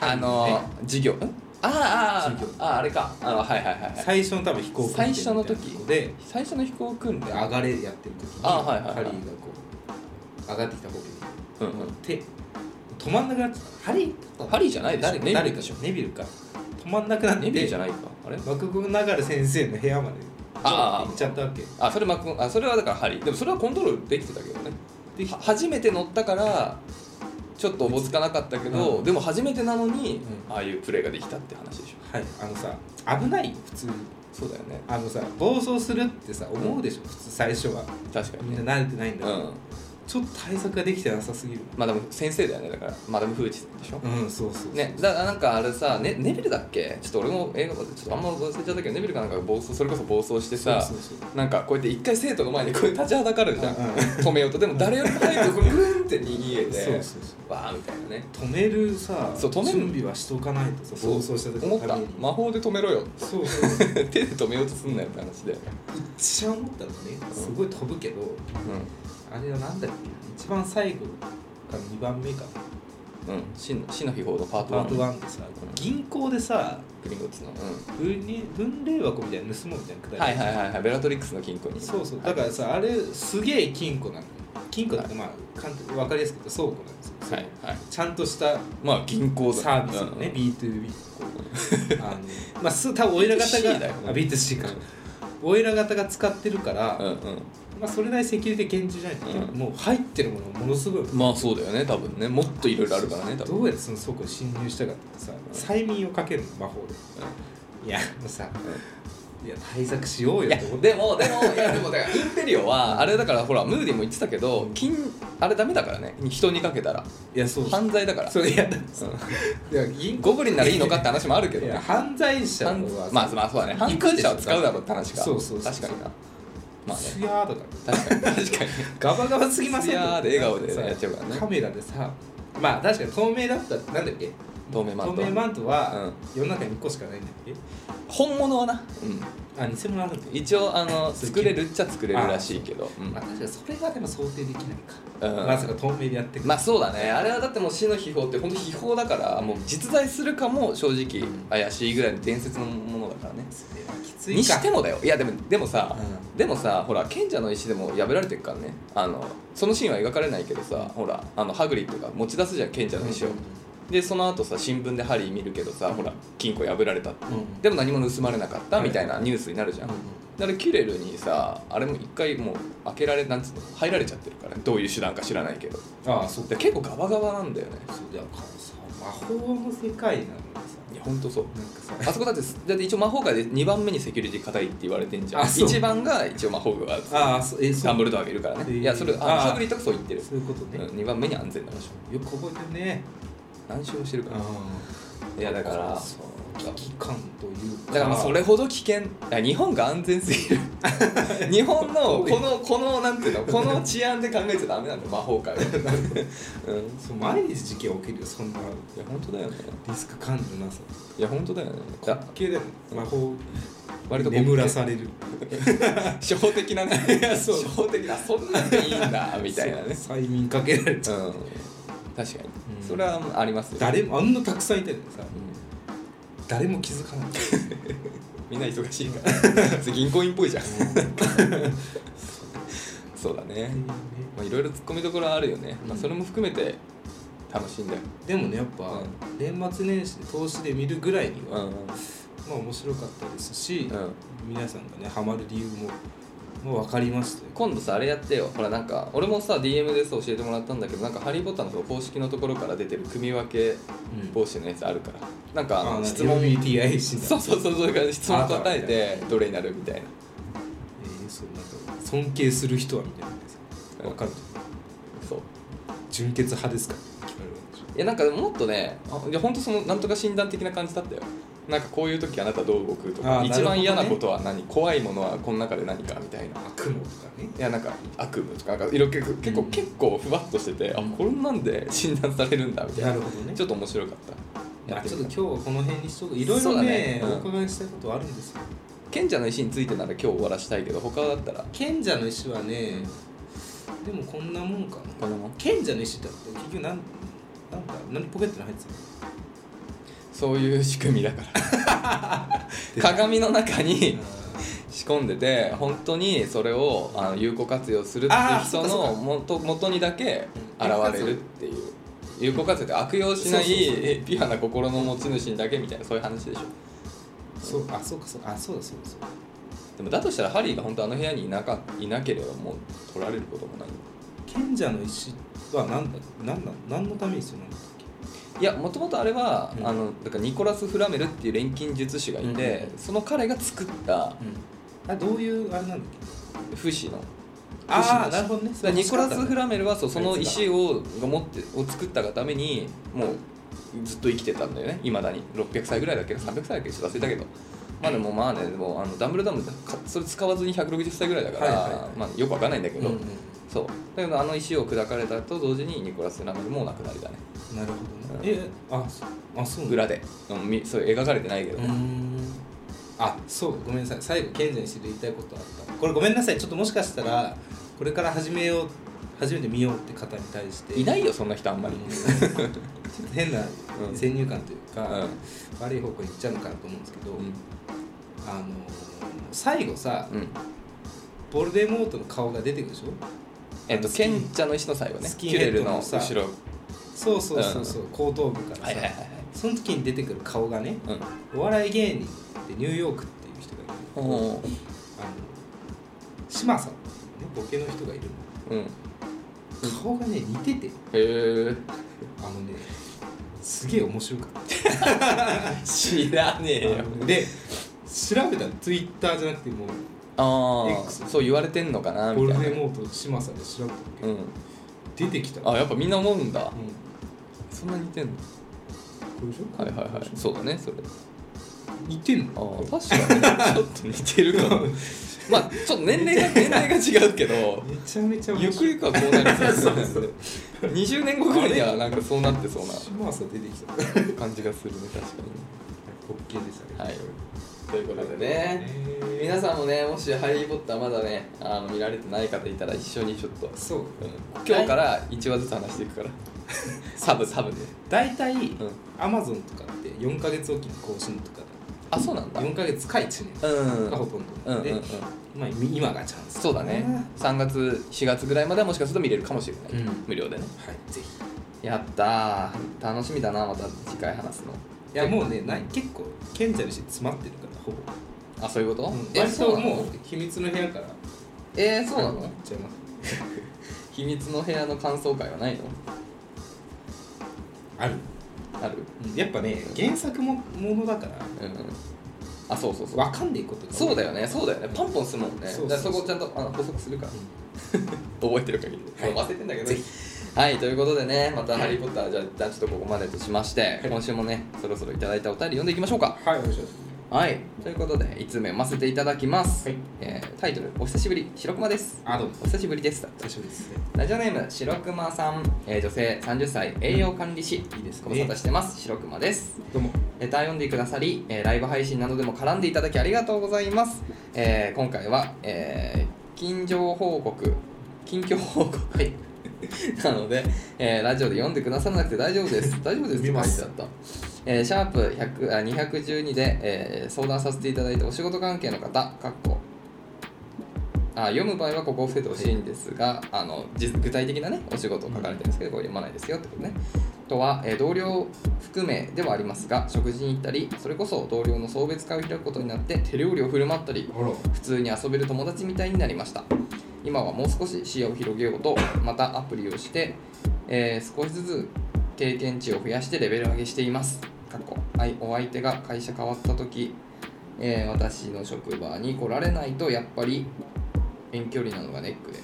Speaker 2: あの
Speaker 1: ね
Speaker 2: 授業んあーあ
Speaker 1: 授
Speaker 2: ーあーあれかあのはいはいはいはい
Speaker 1: 最初の多分飛行機
Speaker 2: 最初の時
Speaker 1: で
Speaker 2: 最初の飛行訓練
Speaker 1: 上がれやってる時に
Speaker 2: あはいはいはい
Speaker 1: ハリーがこう上がってきたほう
Speaker 2: う
Speaker 1: き
Speaker 2: ん
Speaker 1: に乗
Speaker 2: う
Speaker 1: って止まんなくなっちゃったハリー
Speaker 2: んハリーじゃないでしょ
Speaker 1: 誰か
Speaker 2: ネビル
Speaker 1: 誰かでしょネビルか止まんなくなって
Speaker 2: ネビルじゃないかあれ
Speaker 1: マクゴナガル先生の部屋まで
Speaker 2: ああ
Speaker 1: 行っちゃったわけ
Speaker 2: あそれマクあそれはだからハリーでもそれはコントロールできてたけどね
Speaker 1: で
Speaker 2: は初めて乗ったからちょっとおぼつかなかったけど、
Speaker 1: うん
Speaker 2: でも初めてなのに、
Speaker 1: う
Speaker 2: ああいうプレーができたって話でしょ
Speaker 1: はいあのさ危ないよ普通に
Speaker 2: そうだよね
Speaker 1: あのさ暴走するってさ思うでしょ普通最初は
Speaker 2: 確か
Speaker 1: み
Speaker 2: に
Speaker 1: ん
Speaker 2: ね
Speaker 1: な慣れてないんだ
Speaker 2: う
Speaker 1: から、
Speaker 2: ん
Speaker 1: ちょっと対策ができてなさすぎる
Speaker 2: マダム先生だよねだからマダムフーチでしょ、
Speaker 1: うんそうそうそう
Speaker 2: ね、だからなんかあれさ、ね、ネビルだっけちょっと俺も映画ちょっとあんま忘れちゃったけどネビルかなんかが暴走それこそ暴走して
Speaker 1: そう
Speaker 2: さ
Speaker 1: そうそう
Speaker 2: なんかこうやって一回生徒の前でこうやって立ちはだかるじゃん、
Speaker 1: うんうん
Speaker 2: 止めようとでも誰よりも早くこうグーンって逃げて
Speaker 1: そうそうそう
Speaker 2: わーみたいなね
Speaker 1: 止めるさ
Speaker 2: そう止める
Speaker 1: 準備はしておかないとさ暴走した時の
Speaker 2: 思ったた
Speaker 1: めに
Speaker 2: 魔法で止めろよ
Speaker 1: そうそうそう
Speaker 2: 手で止めようとすんなよって話で、
Speaker 1: 一番思ったのねすごい飛ぶけどあれはなんだっけ一番最後か2番目か
Speaker 2: うんうん死の死の秘宝のパート
Speaker 1: パ
Speaker 2: 1
Speaker 1: ート1でさ銀行でさ
Speaker 2: グリンゴッツの、う
Speaker 1: 分に分霊箱みたいなの盗もうみたいなくだ
Speaker 2: ん、
Speaker 1: り、
Speaker 2: はいはいはいはいベラトリックスの金庫に
Speaker 1: そうそう
Speaker 2: は
Speaker 1: だ
Speaker 2: い
Speaker 1: からさあれすげえ金庫なのよ金庫ってまあ簡単分かりやすく言うと倉庫なんですよ、
Speaker 2: はいはい
Speaker 1: ちゃんとした
Speaker 2: まあ銀行だ
Speaker 1: サービスのね、
Speaker 2: うん
Speaker 1: B2B あのまあす多分おいら方
Speaker 2: B2C だ
Speaker 1: が
Speaker 2: よ
Speaker 1: あ B2C かおいら方が使ってるから、
Speaker 2: うんうん
Speaker 1: まあ、それなりセキュリティ厳重じゃないと、
Speaker 2: うん
Speaker 1: もう入ってるものものすごい
Speaker 2: まあそうだよね多分ねもっといろいろあるからね多分
Speaker 1: どうやってその倉庫に侵入したかってさ催眠をかけるの魔法でいやもうさ、いや対策しよう
Speaker 2: い
Speaker 1: よ
Speaker 2: や
Speaker 1: って思って
Speaker 2: でもでもいやでもだからインペリオはあれだからほらムーディも言ってたけど金あれダメだからね人にかけたら
Speaker 1: いやそう
Speaker 2: 犯罪だから
Speaker 1: それいやだいや銀
Speaker 2: ゴブリンならいいのかって話もあるけ
Speaker 1: い
Speaker 2: ど
Speaker 1: や犯罪者は
Speaker 2: 犯まあまあそうだね犯罪者を使うだろうって話か
Speaker 1: そうそうそう
Speaker 2: 確かになまあね
Speaker 1: すやーとか
Speaker 2: 確かに確かに
Speaker 1: ガバガバすぎません
Speaker 2: いやーで笑顔で
Speaker 1: さ
Speaker 2: やっちゃうからね
Speaker 1: カメラでさまあ確かに透明だったなんだっけ
Speaker 2: 透明マン
Speaker 1: 透
Speaker 2: ト
Speaker 1: 明マントは世の中に1個しかないんだっけ
Speaker 2: 本物はな、
Speaker 1: あ偽物あるんだ
Speaker 2: う
Speaker 1: っ
Speaker 2: ん、
Speaker 1: け
Speaker 2: 一応あの作れるっちゃ作れるらしいけどうん
Speaker 1: まあ確かにそれがでも想定できないか、
Speaker 2: うん
Speaker 1: まさか透明でやってくる、
Speaker 2: まあそうだねあれはだってもう死の秘宝って本当秘宝だからもう実在するかも正直怪しいぐらいの伝説のものだからね
Speaker 1: それはきついか
Speaker 2: にしてもだよいやでもでもさ、
Speaker 1: う
Speaker 2: でもさほら賢者の石でも破られてるからねあのそのシーンは描かれないけどさほらあのハグリッドが持ち出すじゃん賢者の石を、でその後さ新聞でハリー見るけどさほら金庫破られたって
Speaker 1: うん
Speaker 2: でも何も盗まれなかったみたいなニュースになるじゃん、
Speaker 1: うん
Speaker 2: だからキュレルにさあれも一回もう開けられなんつうの入られちゃってるからねどういう手段か知らないけど
Speaker 1: ああそう
Speaker 2: で結構ガバガバなんだよね
Speaker 1: そうだからさ魔法の世界なのにさ
Speaker 2: いやほんとそう
Speaker 1: なんか
Speaker 2: あ
Speaker 1: さ
Speaker 2: そこだって だって一応魔法界で2番目にセキュリティ硬いって言われてんじゃん
Speaker 1: あそう
Speaker 2: 1番が一応魔法部が
Speaker 1: ああそうえそう
Speaker 2: ダンブルドアがいるから
Speaker 1: え
Speaker 2: ね
Speaker 1: ー
Speaker 2: いやそれあ
Speaker 1: あー
Speaker 2: ハグリッドがそう言ってる、
Speaker 1: そういうこと
Speaker 2: う
Speaker 1: ね、
Speaker 2: ん、2番目に安全な場所
Speaker 1: よく覚えてるね
Speaker 2: 何周もしてるからいやだから
Speaker 1: そう危機感というか
Speaker 2: だからまあそれほど危険だから日本が安全すぎる 日本 のこのこのなんていうのこの治安で考えちゃダメなんだよ魔法界はうんい
Speaker 1: そう毎日事件起きるよそんな
Speaker 2: や本当だよね
Speaker 1: リスク感じなさ
Speaker 2: いや本当だよね
Speaker 1: 滑
Speaker 2: だ
Speaker 1: 稽だよね魔法
Speaker 2: 割と
Speaker 1: 眠らされる
Speaker 2: 初歩的なね
Speaker 1: そう
Speaker 2: 初歩的なそんなんでいいんだみたいなね
Speaker 1: そう催眠かけられち
Speaker 2: う
Speaker 1: ゃうん
Speaker 2: 確かに、
Speaker 1: うん
Speaker 2: それはありますよ、
Speaker 1: 誰もあんなたくさんいたのにさ
Speaker 2: うん
Speaker 1: 誰も気づか ない
Speaker 2: みんな忙しいから 銀行員っぽいじゃんそうだねまあいろいろ突っ込みどころはあるよね、まあ、
Speaker 1: うん
Speaker 2: それも含めて楽しいんだよ、
Speaker 1: でもねやっぱ年末年始で投資で見るぐらいに
Speaker 2: うん
Speaker 1: は、
Speaker 2: うん
Speaker 1: まあ面白かったですし、
Speaker 2: うん、
Speaker 1: 皆さんがねハマる理由ももう分かりましたよ
Speaker 2: 今度さあれやってよほらなんか俺もさ DM でさ教えてもらったんだけどなんか「ハリー・ポッター」のその公式のところから出てる組み分け
Speaker 1: うん
Speaker 2: 帽子のやつあるからなんかあ
Speaker 1: あ
Speaker 2: の
Speaker 1: の
Speaker 2: 質
Speaker 1: 質
Speaker 2: 問
Speaker 1: 問 BTI 診
Speaker 2: そうそうそうそうから質問答え
Speaker 1: あ
Speaker 2: てどれになるみたいな
Speaker 1: えー、そうなんか尊敬する人はみたいなさわかる
Speaker 2: そう
Speaker 1: 純潔派ですかって聞かれるわけでしょ
Speaker 2: いやなんかもっとねあいや本当そのなんとか診断的な感じだったよなんかこういう時あなたどう動くとか、
Speaker 1: あー
Speaker 2: 一
Speaker 1: なるほど
Speaker 2: 番
Speaker 1: ね
Speaker 2: 嫌なことは何怖いものはこの中で何かみたいな
Speaker 1: 悪夢とかね
Speaker 2: いやなんか悪夢とかなんか色気結構、
Speaker 1: うん
Speaker 2: 結構ふわっとしててあ
Speaker 1: うん
Speaker 2: これなんで診断されるんだみたいな
Speaker 1: なるほどね
Speaker 2: ちょっと面白かった
Speaker 1: ま
Speaker 2: や
Speaker 1: あ
Speaker 2: て
Speaker 1: ち
Speaker 2: み
Speaker 1: ょったと今日はこの辺にしとくいろい
Speaker 2: そう
Speaker 1: ろ
Speaker 2: だ
Speaker 1: ね
Speaker 2: ねうん
Speaker 1: お伺いしたいことはあるんですよ
Speaker 2: 賢者の石についてなら今日終わらしたいけど他だったら
Speaker 1: 賢者の石はねでもこんなもんか
Speaker 2: こ
Speaker 1: な
Speaker 2: のもん
Speaker 1: 賢者の石だって結局なんなんか何ポケットに入ってたの
Speaker 2: そういう仕組みだか ら 鏡の中に仕込んでて本当にそれをあの有効活用するっていう
Speaker 1: あーそ
Speaker 2: 人
Speaker 1: っか
Speaker 2: の
Speaker 1: そっか
Speaker 2: もと元にだけ
Speaker 1: うん
Speaker 2: 現れるっていう有効活用って悪用しない
Speaker 1: そうそうそう
Speaker 2: えピュアな心の持ち主にだけみたいなそういう話でしょ
Speaker 1: そうあそうかそうかあそうだそうだそうだ
Speaker 2: でもだとしたらハリーが本当あの部屋にいなかいなければもう取られることもない
Speaker 1: 賢者の石は何だ何なの何のために必要なんだっ
Speaker 2: いやもともとあれは、
Speaker 1: うん
Speaker 2: あのだからニコラス・フラメルっていう錬金術師がいて、その彼が作った
Speaker 1: け、あどういうあれなんだっけ
Speaker 2: 不死の
Speaker 1: ああなるほどね
Speaker 2: だからニコラス・フ
Speaker 1: ラ
Speaker 2: ラメルはそうその石をが持ってを作ったがためにもうずっと生きてたんだよねいまだに600歳ぐらいだっけど300歳だっけちょっと忘れたけどまあでもまあねでもあのダンブルダムかそれ使わずに160歳ぐらいだか
Speaker 1: は
Speaker 2: ら、
Speaker 1: いはいはい
Speaker 2: まあ、よくわかんないんだけ
Speaker 1: うん
Speaker 2: ど、
Speaker 1: うん
Speaker 2: そうだけどあの石を砕かれたと同時にニコラス・フラメルもお亡くなりだね
Speaker 1: なるほどねえあそうあそうなんだ
Speaker 2: 裏で、うん、みそう描かれてないけど
Speaker 1: う
Speaker 2: ね、
Speaker 1: ーんあそうごめんなさい最後賢者にして言いたいことあったこれごめんなさいちょっともしかしたらこれから始めよう初めて見ようって方に対して
Speaker 2: いないいよそんな人あんまり、
Speaker 1: ちょっと変な
Speaker 2: うん
Speaker 1: 先入観というか、
Speaker 2: うん
Speaker 1: 悪い方向に行っちゃうのかなと思うんですけど、
Speaker 2: うん
Speaker 1: あのー最後さ、
Speaker 2: うん
Speaker 1: ボルデモートの顔が出てくるでしょ
Speaker 2: えっと
Speaker 1: スキン
Speaker 2: 賢者の石の最後ね
Speaker 1: ス
Speaker 2: キ
Speaker 1: キン
Speaker 2: ュレル
Speaker 1: ヘッ
Speaker 2: の
Speaker 1: ドのさ
Speaker 2: 後ろ
Speaker 1: そうそうそうそう、後頭部からさ、
Speaker 2: はいはいはい
Speaker 1: その時に出てくる顔がね
Speaker 2: はい
Speaker 1: お笑い芸人でニューヨークっていう人がいる
Speaker 2: うんおー
Speaker 1: あの島さんっていうねボケの人がいるの
Speaker 2: うんへ
Speaker 1: 顔がね似てて
Speaker 2: え
Speaker 1: あのねすげえ面白かっ
Speaker 2: 知らねえよ
Speaker 1: たで調べたら Twitter じゃなくてもう
Speaker 2: ああ
Speaker 1: X
Speaker 2: そう言われてんのかな
Speaker 1: ボ
Speaker 2: みた
Speaker 1: ル
Speaker 2: いな
Speaker 1: デモート志麻さんで調べたわけ、
Speaker 2: うん
Speaker 1: 出てきた
Speaker 2: あやっぱみんな思うんだ
Speaker 1: うん、こ
Speaker 2: そんな似てんの
Speaker 1: れでしょ
Speaker 2: はいはいはいそうだねそれ
Speaker 1: こ似てん
Speaker 2: あ
Speaker 1: の
Speaker 2: ー確かにちょっと似てる かもまあちょっと年齢 が年齢が違うけど
Speaker 1: めちゃめちゃ
Speaker 2: ゆく
Speaker 1: り
Speaker 2: ゆくはこうなりそ
Speaker 1: そ
Speaker 2: う
Speaker 1: う
Speaker 2: で
Speaker 1: そ
Speaker 2: す
Speaker 1: う
Speaker 2: ね20年後ぐらいにはなんかそうなってそうな
Speaker 1: 島さん出てきた滑
Speaker 2: 感じがするね確かに
Speaker 1: 稽でしたね
Speaker 2: はいということでね皆さんもねもし「ハリー・ポッター」まだねあの見られてない方いたら一緒にちょっと
Speaker 1: そう
Speaker 2: 今日から1話ずつ話していくから サブサブで
Speaker 1: 大体
Speaker 2: ん
Speaker 1: アマゾンとかって4か月おきに更新とか
Speaker 2: あそうなんだ
Speaker 1: で4か月か1年
Speaker 2: うん
Speaker 1: がほとんどなんで、
Speaker 2: うんうん
Speaker 1: まあ、今がチャンス
Speaker 2: そうだね
Speaker 1: は
Speaker 2: 3月4月ぐらいまではもしかすると見れるかもしれない、
Speaker 1: うん
Speaker 2: 無料でね
Speaker 1: いぜひ
Speaker 2: やったー楽しみだなまた次回話すの
Speaker 1: いやもうねない結構賢者にして詰まってるからほぼ、
Speaker 2: あそういうこと、
Speaker 1: うん、
Speaker 2: え
Speaker 1: 割
Speaker 2: そう
Speaker 1: と
Speaker 2: なの
Speaker 1: もう秘密の部屋から
Speaker 2: えー、そうな
Speaker 1: 行っ
Speaker 2: の
Speaker 1: ちゃいます
Speaker 2: 秘密の部屋の感想会はないの
Speaker 1: ある、
Speaker 2: ある
Speaker 1: うんやっぱね原作もものだから
Speaker 2: うんあそうそうそう
Speaker 1: 分かんないことが多い
Speaker 2: そうだよねそうだよねパンポンするもんね
Speaker 1: そうそうそう
Speaker 2: だからそこちゃんとあの補足するから 覚えてる限りで、
Speaker 1: はい
Speaker 2: 忘れてんだけど
Speaker 1: ぜ
Speaker 2: ねはいということでねまた「ハリー・ポッター」じゃあ一旦ちょっとここまでとしまして、
Speaker 1: い
Speaker 2: 今週もねそろそろいただいたお便り読んでいきましょうか
Speaker 1: はいお願いします
Speaker 2: はいということで5つ目読ませていただきます、
Speaker 1: はい
Speaker 2: えータイトル「お久しぶり白熊です」
Speaker 1: あどうも
Speaker 2: お久しぶりですだって
Speaker 1: 大丈夫です
Speaker 2: ラジオネーム白熊さん、えー女性30歳栄養管理士いいですかご無沙汰してます白熊です
Speaker 1: どうも
Speaker 2: レター読んでくださり、えーライブ配信などでも絡んでいただきありがとうございます、えー今回は、えー近所報告近況報告 なので、えーラジオで読んでくださらなくて大丈夫です大丈夫です
Speaker 1: 見ます
Speaker 2: って書いてあった、えーシャープ100あ212で、えー相談させていただいたお仕事関係の方かっこあ読む場合はここを伏せてほしいんですが、あの実具体的なねお仕事を書かれてるんですけど、これ読まないですよってことねあとは、えー同僚含めではありますが食事に行ったりそれこそ同僚の送別会を開くことになって手料理を振る舞ったり
Speaker 1: ほら
Speaker 2: 普通に遊べる友達みたいになりました今はもう少し視野を広げようとまたアプリをして、えー少しずつ経験値を増やしてレベル上げしていますかっこあいお相手が会社変わった時、えー私の職場に来られないとやっぱり遠距離なのがネックで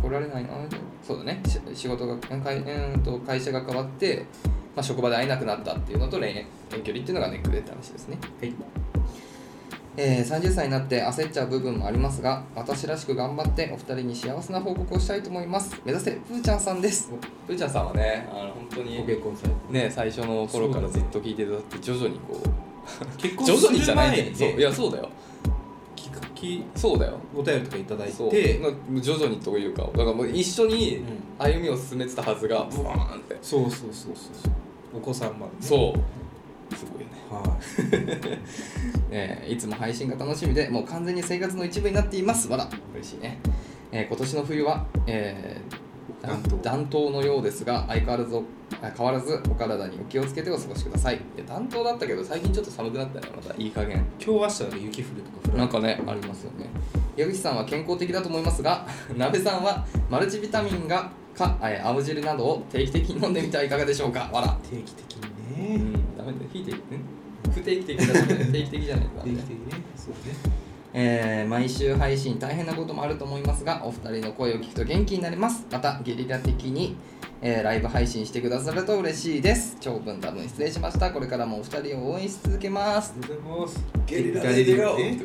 Speaker 2: 来られないなそうだねし仕事が会,、うん、と会社が変わって、まあ、職場で会えなくなったっていうのと恋愛遠距離っていうのがネックでって話ですね
Speaker 1: はい
Speaker 2: えー30歳になって焦っちゃう部分もありますが私らしく頑張ってお二人に幸せな報告をしたいと思います目指せプーちゃんさんですプーちゃんさんはねあの本当
Speaker 1: ご
Speaker 2: に
Speaker 1: 結婚されて
Speaker 2: ね最初の頃か
Speaker 1: そう
Speaker 2: ら
Speaker 1: だ
Speaker 2: ず
Speaker 1: ね
Speaker 2: っと聞いてたって徐々にこう
Speaker 1: 結
Speaker 2: 徐々に
Speaker 1: す
Speaker 2: じゃ
Speaker 1: る
Speaker 2: ない
Speaker 1: 前
Speaker 2: ね
Speaker 1: に
Speaker 2: そうい
Speaker 1: ね
Speaker 2: やそうだよ
Speaker 1: きっかけ
Speaker 2: そうだよ
Speaker 1: お便りとかいただい
Speaker 2: そう
Speaker 1: て
Speaker 2: まあ徐々にというかだからもう一緒に
Speaker 1: ん
Speaker 2: 歩みを進めてたはずがブワーンって
Speaker 1: そうそうそうそうそうお子さんまでね
Speaker 2: そうすごいよね
Speaker 1: は
Speaker 2: えーいつも配信が楽しみでもう完全に生活の一部になっていますわら嬉しいね、えー今年の冬は、えー
Speaker 1: 暖冬
Speaker 2: 暖冬のようですが相変わらずおあ変わらずお体にお気をつけてお過ごしくださいいや暖冬だったけど最近ちょっと寒くなったねまたいい加減
Speaker 1: い今日明日はね雪降るとか降ら
Speaker 2: なん
Speaker 1: か
Speaker 2: かねありますよね矢口さんは健康的だと思いますが 鍋さんはマルチビタミンがか、えー青汁などを定期的に飲んでみてはいかがでしょうかわら
Speaker 1: 定期的
Speaker 2: う
Speaker 1: にね
Speaker 2: んダメだよ非定期ね不定期的だとね定期的じゃないとダメ
Speaker 1: 定
Speaker 2: だ
Speaker 1: 期的に
Speaker 2: よ
Speaker 1: ねそうね
Speaker 2: えー毎週配信大変なこともあると思いますがお二人の声を聞くと元気になりますまたゲリラ的に、えーライブ配信してくださると嬉しいです長文多分失礼しましたこれからもお二人を応援し続けます
Speaker 1: ありがとうございます
Speaker 2: ゲ
Speaker 1: ね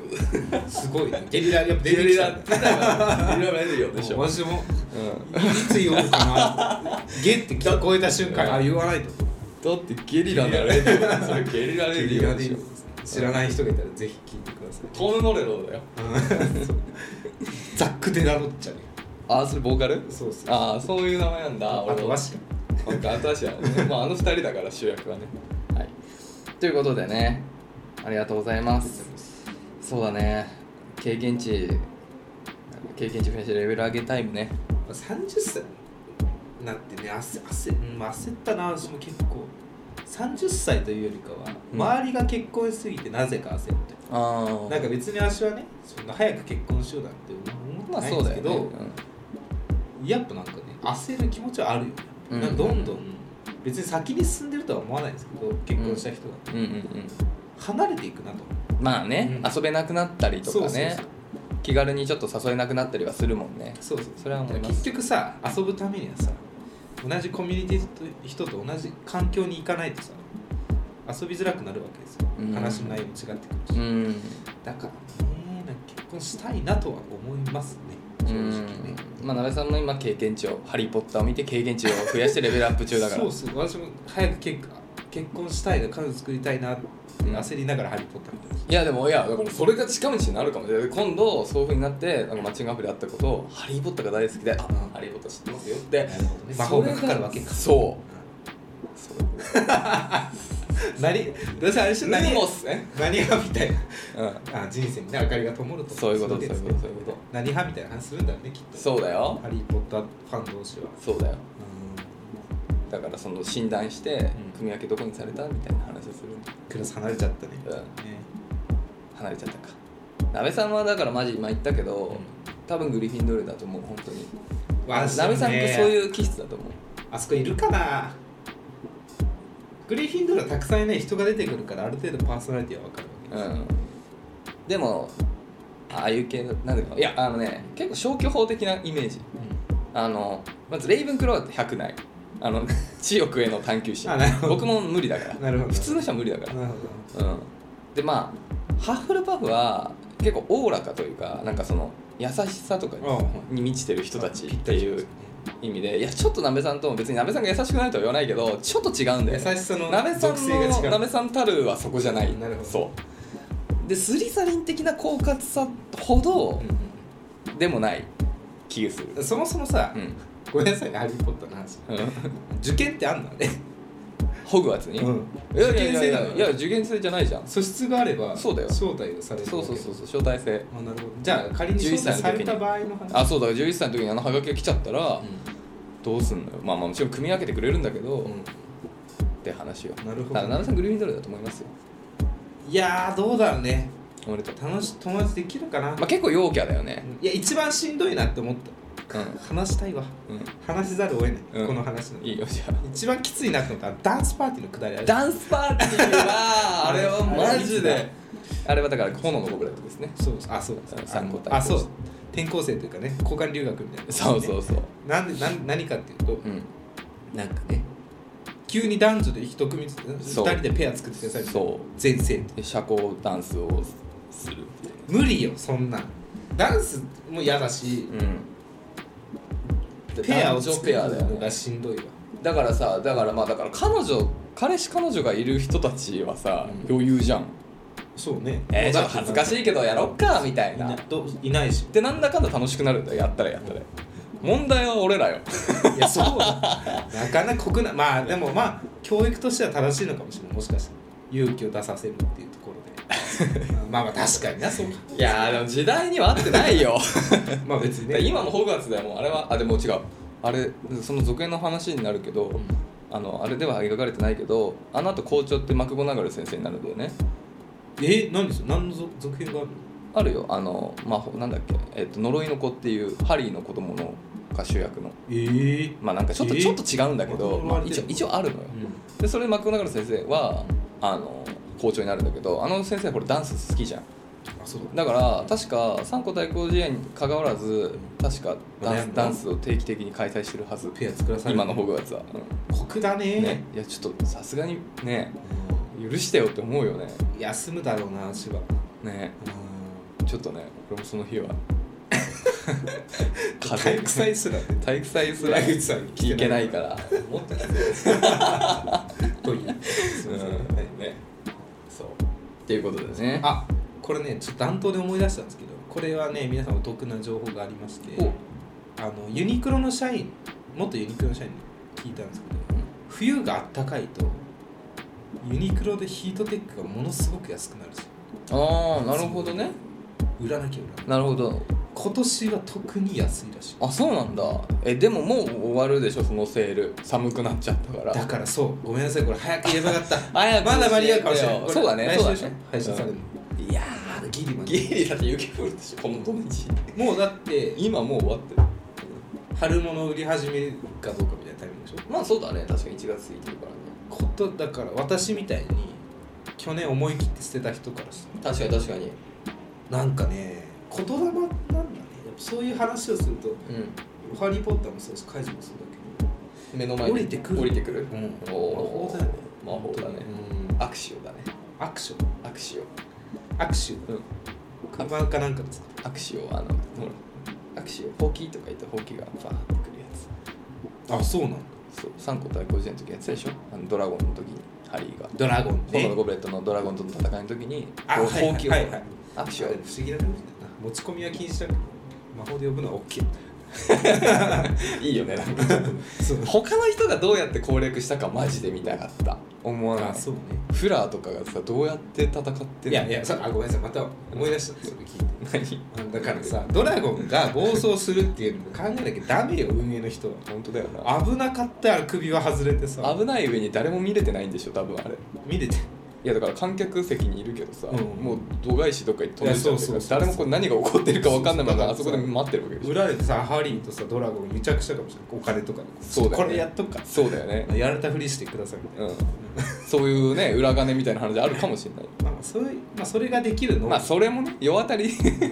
Speaker 1: すごいねゲリラやっぱ出
Speaker 2: リ
Speaker 1: てき
Speaker 2: ラ
Speaker 1: た
Speaker 2: ラゲリラレディオでしょ、
Speaker 1: 私も
Speaker 2: うん、
Speaker 1: いつ言おうかな ゲって聞こえた瞬間あ言わないと
Speaker 2: だってゲリラのレディオそれゲリラレディオでしょ
Speaker 1: 知らない人がいたらぜひ聞いてください
Speaker 2: トム・モレロだよ
Speaker 1: ザック・デラロッチャね
Speaker 2: あそれボーカル
Speaker 1: そうそう
Speaker 2: ああそういう名前なんだ
Speaker 1: あ
Speaker 2: 俺
Speaker 1: と
Speaker 2: も
Speaker 1: ワシ
Speaker 2: なんか新しいやね、 まあ、あの二人だから主役はね、はい、ということでねありがとうございますそうだね経験値経験値増やしてレベル上げタイムね
Speaker 1: 30歳になってね焦焦,、うん、まあ焦ったな私も結構30歳というよりかは、
Speaker 2: うん
Speaker 1: 周りが結婚しすぎてなぜか焦って
Speaker 2: ああ
Speaker 1: なんか別に私はねそんな早く結婚しようなんて思
Speaker 2: ま
Speaker 1: っ
Speaker 2: あ
Speaker 1: てない
Speaker 2: そ
Speaker 1: ん
Speaker 2: う
Speaker 1: です
Speaker 2: だ
Speaker 1: け
Speaker 2: よ
Speaker 1: ど、
Speaker 2: ね、
Speaker 1: やっぱなんかね焦る気持ちはあるよね、
Speaker 2: うん
Speaker 1: なんかどんどん別に先に進んでるとは思わないですけど結婚した人が
Speaker 2: うん、うんうん
Speaker 1: 離れていくなと、
Speaker 2: うんまあね、
Speaker 1: うん
Speaker 2: 遊べなくなったりとかね
Speaker 1: そう
Speaker 2: 気軽にちょっと誘えなくなったりはするもんね
Speaker 1: そうそう
Speaker 2: それは思います
Speaker 1: 結局さ遊ぶためにはさ同じコミュニティと人と同じ環境に行かないとさ遊びづらくなるわけですよ、
Speaker 2: うん
Speaker 1: 話の内容も違ってくるし、
Speaker 2: うん
Speaker 1: だからねなんか結婚したいなとは思いますね正直ね
Speaker 2: うんまあ、鍋さんの今経験値を「ハリー・ポッター」を見て経験値を増やしてレベルアップ中だから
Speaker 1: そうそう私も早く結結婚したいな彼女作りたいなって
Speaker 2: うん
Speaker 1: 焦りながら「ハリー・ポッター」見てまし
Speaker 2: いやでもいやだからそれが近道になるかもしれない今度そういう風になってなんかマッチングアプリで会ったことを「ハリー・ポッター」が大好きで「あハリー・ポッター知ってますよ」って
Speaker 1: なるほどね魔法がかかるわけか
Speaker 2: そうそう
Speaker 1: た何どうせあれでしょ
Speaker 2: ル
Speaker 1: 何
Speaker 2: ーモ
Speaker 1: が
Speaker 2: スね、
Speaker 1: 何がみたいな
Speaker 2: うん、
Speaker 1: あ人生にね明かりが灯ると
Speaker 2: そういう
Speaker 1: そ
Speaker 2: ことそ
Speaker 1: いこ
Speaker 2: うういううことと
Speaker 1: ですね
Speaker 2: そういうこと
Speaker 1: 何派みたいな話するんだよねきっと
Speaker 2: そうだよ
Speaker 1: ハリー・ポッターファン同士は
Speaker 2: そうだよ
Speaker 1: うん
Speaker 2: だからその診断して
Speaker 1: ん
Speaker 2: 組み分けどこにされたみたいな話をするんだ
Speaker 1: クラス離れちゃったね
Speaker 2: うん
Speaker 1: ね
Speaker 2: 離れちゃったか鍋さんはだからマジ今言ったけど、多分グリフィンドールだと思う本当に
Speaker 1: わしね
Speaker 2: 鍋さんってそういう気質だと思う
Speaker 1: あそこいるかなグリフィンドールはたくさんいない人が出てくるからある程度パーソナリティは分かるわけ
Speaker 2: うんでもああいう系のなんでかいやあのね結構消去法的なイメージあのまずレイブンクローって100ないあの 知欲への探求心
Speaker 1: あなるほど
Speaker 2: 僕も無理だから
Speaker 1: なるほど
Speaker 2: 普通の人は無理だから
Speaker 1: なるほど
Speaker 2: うん、でまあハッフルパフは結構おおらかというかなんかその優しさとか
Speaker 1: う
Speaker 2: に満ちてる人たちっていう意味でいやちょっとなべさんとも別になべさんが優しくないとは言わないけどちょっと違うんだ
Speaker 1: 優
Speaker 2: よね
Speaker 1: しさの
Speaker 2: なべさん
Speaker 1: 属性
Speaker 2: の
Speaker 1: が
Speaker 2: な
Speaker 1: 違う
Speaker 2: べさんたるはそこじゃない
Speaker 1: なるほど
Speaker 2: そうでスリサリン的な狡猾さほど
Speaker 1: うん
Speaker 2: でもない気がする
Speaker 1: うんそもそもさ
Speaker 2: うん、
Speaker 1: ごめんなさいねハリー・ポッターの話
Speaker 2: うん、
Speaker 1: 受験ってあんのね
Speaker 2: ホグワーツに、いや
Speaker 1: 受
Speaker 2: いや
Speaker 1: 験
Speaker 2: いや
Speaker 1: 生
Speaker 2: い
Speaker 1: な
Speaker 2: や
Speaker 1: の
Speaker 2: いや受験生じゃないじゃん
Speaker 1: 素質があれば
Speaker 2: そうだよ
Speaker 1: 招待をされる
Speaker 2: そうそうそう
Speaker 1: う
Speaker 2: そう招待制
Speaker 1: あなるほどじゃあ仮に招待された場合の話
Speaker 2: あそうだから11歳の時にあのハガキが来ちゃったら、
Speaker 1: う
Speaker 2: どうすんのよまあまあもちろん組み分けてくれるんだけど、
Speaker 1: ん
Speaker 2: っ
Speaker 1: うん
Speaker 2: て話よ
Speaker 1: なるほ
Speaker 2: だから
Speaker 1: ど
Speaker 2: ナムさんグルーミンドルだと思いますよ
Speaker 1: いやーどうだろうね
Speaker 2: 俺と、
Speaker 1: 楽し友達できるかな、
Speaker 2: まあ、結構陽キャだよね
Speaker 1: いや一番しんどいなって思った話したいわ
Speaker 2: うん、
Speaker 1: 話しざるを得ない、
Speaker 2: うん
Speaker 1: この話の
Speaker 2: うん、いいよじゃあ
Speaker 1: 一番きついなって思ったのはダンスパーティーのくだりある
Speaker 2: ダンスパーティーはあれはマジ
Speaker 1: あれい
Speaker 2: であれはだから炎のゴブレットですね
Speaker 1: そうあそうです
Speaker 2: うん参考対抗
Speaker 1: あそう転校生というかね交換留学みたいな、
Speaker 2: そうそうそう、
Speaker 1: なんでなん何かっていうと
Speaker 2: うん
Speaker 1: なんかね急に男女で一組ずつ
Speaker 2: そう
Speaker 1: 二人でペア作ってくださいみたいな
Speaker 2: そ
Speaker 1: 全生
Speaker 2: うで社交ダンスをする
Speaker 1: 無理よそんなんダンスも嫌だし、
Speaker 2: うん
Speaker 1: ペアを
Speaker 2: 男女
Speaker 1: 作る
Speaker 2: ペアだよ
Speaker 1: の
Speaker 2: ね
Speaker 1: がしんどいわ
Speaker 2: だからさだからまあだから彼女彼氏彼女がいる人たちはさ、
Speaker 1: うん
Speaker 2: 余裕じゃん
Speaker 1: そうね
Speaker 2: えー、ちょっと恥ずかしいけどやろっかみたい
Speaker 1: いな
Speaker 2: ない
Speaker 1: どいないし
Speaker 2: でなんだかんだ楽しくなるんだよやったらやったら問題は俺らよ
Speaker 1: い やそうだなかなか酷なまあでもまあ教育としては正しいのかもしれないもしかしたら勇気を出させるっていうところ でまあまあ確かになそうか
Speaker 2: いやーでも時代には合ってない よ
Speaker 1: まあ別に
Speaker 2: で
Speaker 1: ね
Speaker 2: 今もホグワーツだよもうあれはあでも違うあれその続編の話になるけど、
Speaker 1: うん
Speaker 2: あのあれでは描かれてないけどあの後校長ってマクボナガル先生になるんだよね
Speaker 1: え何です何の続続編があるの
Speaker 2: あるよあのまあなんだっけ、えっと呪いの子っていうハリーの子供のが主役の
Speaker 1: ええ
Speaker 2: まあなんかちょっと、
Speaker 1: えー
Speaker 2: ちょっと違うんだけど、まあ、一応一応あるのよ、でそれでマクゴナガル先生はあの校長になるんだけどあの先生これダンス好きじゃん
Speaker 1: あそうだ
Speaker 2: だから確か三個対抗試合にかかわらず確かダン
Speaker 1: 悩ん
Speaker 2: ス
Speaker 1: だ
Speaker 2: ダンスを定期的に開催してるはず
Speaker 1: ペア作らされる
Speaker 2: 今のホグワーツは、
Speaker 1: 酷だ
Speaker 2: う
Speaker 1: ね
Speaker 2: んね、いやちょっとさすがにね許してよって思うよね
Speaker 1: うん休むだろうな足は
Speaker 2: ね
Speaker 1: うん
Speaker 2: ちょっとね俺もその日は
Speaker 1: 体育祭すらね
Speaker 2: 体育祭すら
Speaker 1: 裏口さんに
Speaker 2: 聞
Speaker 1: 聞
Speaker 2: け
Speaker 1: け
Speaker 2: な
Speaker 1: ないい
Speaker 2: からもっと
Speaker 1: というすいませんはい
Speaker 2: ねそうっていうことですね
Speaker 1: あこれねちょっと断頭で思い出したんですけどこれはね皆さんお得な情報がありまして
Speaker 2: お
Speaker 1: あのユニクロの社員元ユニクロの社員に聞いたんですけど冬があったかいとユニクロでヒートテックがものすごく安くなるんですよ
Speaker 2: ああなるほどね
Speaker 1: 売らなきゃ売らない
Speaker 2: なるほど
Speaker 1: 今年は特に安いらしい
Speaker 2: あそうなんだえでももう終わるでしょそのセール寒くなっちゃったから
Speaker 1: だからそうごめんなさいこれ早く言えばよかった
Speaker 2: 早く
Speaker 1: まだ間に合うかもしれないこれ
Speaker 2: そうだね
Speaker 1: 来
Speaker 2: そう
Speaker 1: 週
Speaker 2: だ
Speaker 1: でしょ
Speaker 2: ね
Speaker 1: 配信されるの
Speaker 2: いや
Speaker 1: まだギリま
Speaker 2: ー
Speaker 1: で
Speaker 2: ギリだって雪降るでしょこの土日
Speaker 1: もうだって
Speaker 2: 今もう終わってる
Speaker 1: 春物売り始めるかどうかみたいなタイミングでしょ
Speaker 2: まあそうだね確かに1月過ぎてるからね
Speaker 1: ことだから私みたいに去年思い切って捨てた人からした
Speaker 2: 確かに確かに
Speaker 1: らなんかね言霊なんだねやっぱそういう話をすると
Speaker 2: う
Speaker 1: 「ハリー・ポッター」もそうし「カイジ」もそうだ
Speaker 2: ん目の前に
Speaker 1: 降りてくる
Speaker 2: 降りてくる
Speaker 1: うん
Speaker 2: おお
Speaker 1: 魔法だよね
Speaker 2: 魔法だね
Speaker 1: けど、うん、
Speaker 2: アクシオだね
Speaker 1: アクション
Speaker 2: アクシオ
Speaker 1: アクション
Speaker 2: うん
Speaker 1: カバンかなんかです
Speaker 2: アクシオはあのほらアクシオホウキとか言ったらホウキがバーってくるや
Speaker 1: あそうなんだ
Speaker 2: つそう三個対抗時代の時やってたでしょあのドラゴンの時にハリーが
Speaker 1: ドラゴン
Speaker 2: 炎
Speaker 1: ね
Speaker 2: のゴブレットのドラゴンとの戦いの時に
Speaker 1: あ
Speaker 2: こう
Speaker 1: はい
Speaker 2: ほうきを
Speaker 1: はいはい
Speaker 2: アクシオ
Speaker 1: あれ不思議な感じだな持ち込みは禁止だけど魔法で呼ぶのは OK
Speaker 2: いいよねなんかちょっと
Speaker 1: そう
Speaker 2: 他の人がどうやって攻略したかマジで見たかった思わない
Speaker 1: あそうね
Speaker 2: フラーとかがさどうやって戦ってんの
Speaker 1: いやいやそあごめんなさいまた思い出したそれ聞いて
Speaker 2: 何
Speaker 1: あだからさドラゴンが暴走するっていうのも考えなきゃダメよ運営の人
Speaker 2: 本当だよな
Speaker 1: は危なかったら首は外れてさ
Speaker 2: 危ない上に誰も見れてないんでしょ多分あれい
Speaker 1: 見れて
Speaker 2: やだから観客席にいるけどさ、
Speaker 1: うん
Speaker 2: もう度外視とかに飛んでちゃっ
Speaker 1: いやそう
Speaker 2: て
Speaker 1: そう
Speaker 2: る
Speaker 1: そう
Speaker 2: から誰もこう何が起こってるか分かんないままあ
Speaker 1: そ
Speaker 2: そう
Speaker 1: そ
Speaker 2: こ
Speaker 1: う
Speaker 2: で待ってるわけでしょ
Speaker 1: 売られてさハリーとさドラゴン癒着したかもしれないお金とかで
Speaker 2: そうだよね
Speaker 1: これやっとくか
Speaker 2: そうだよね
Speaker 1: やられたふりしてくださいみたいな、
Speaker 2: うんそういうね裏金みたいな話あるかもしれない
Speaker 1: まあ、それまあそれができるの、
Speaker 2: まあそれもね世渡り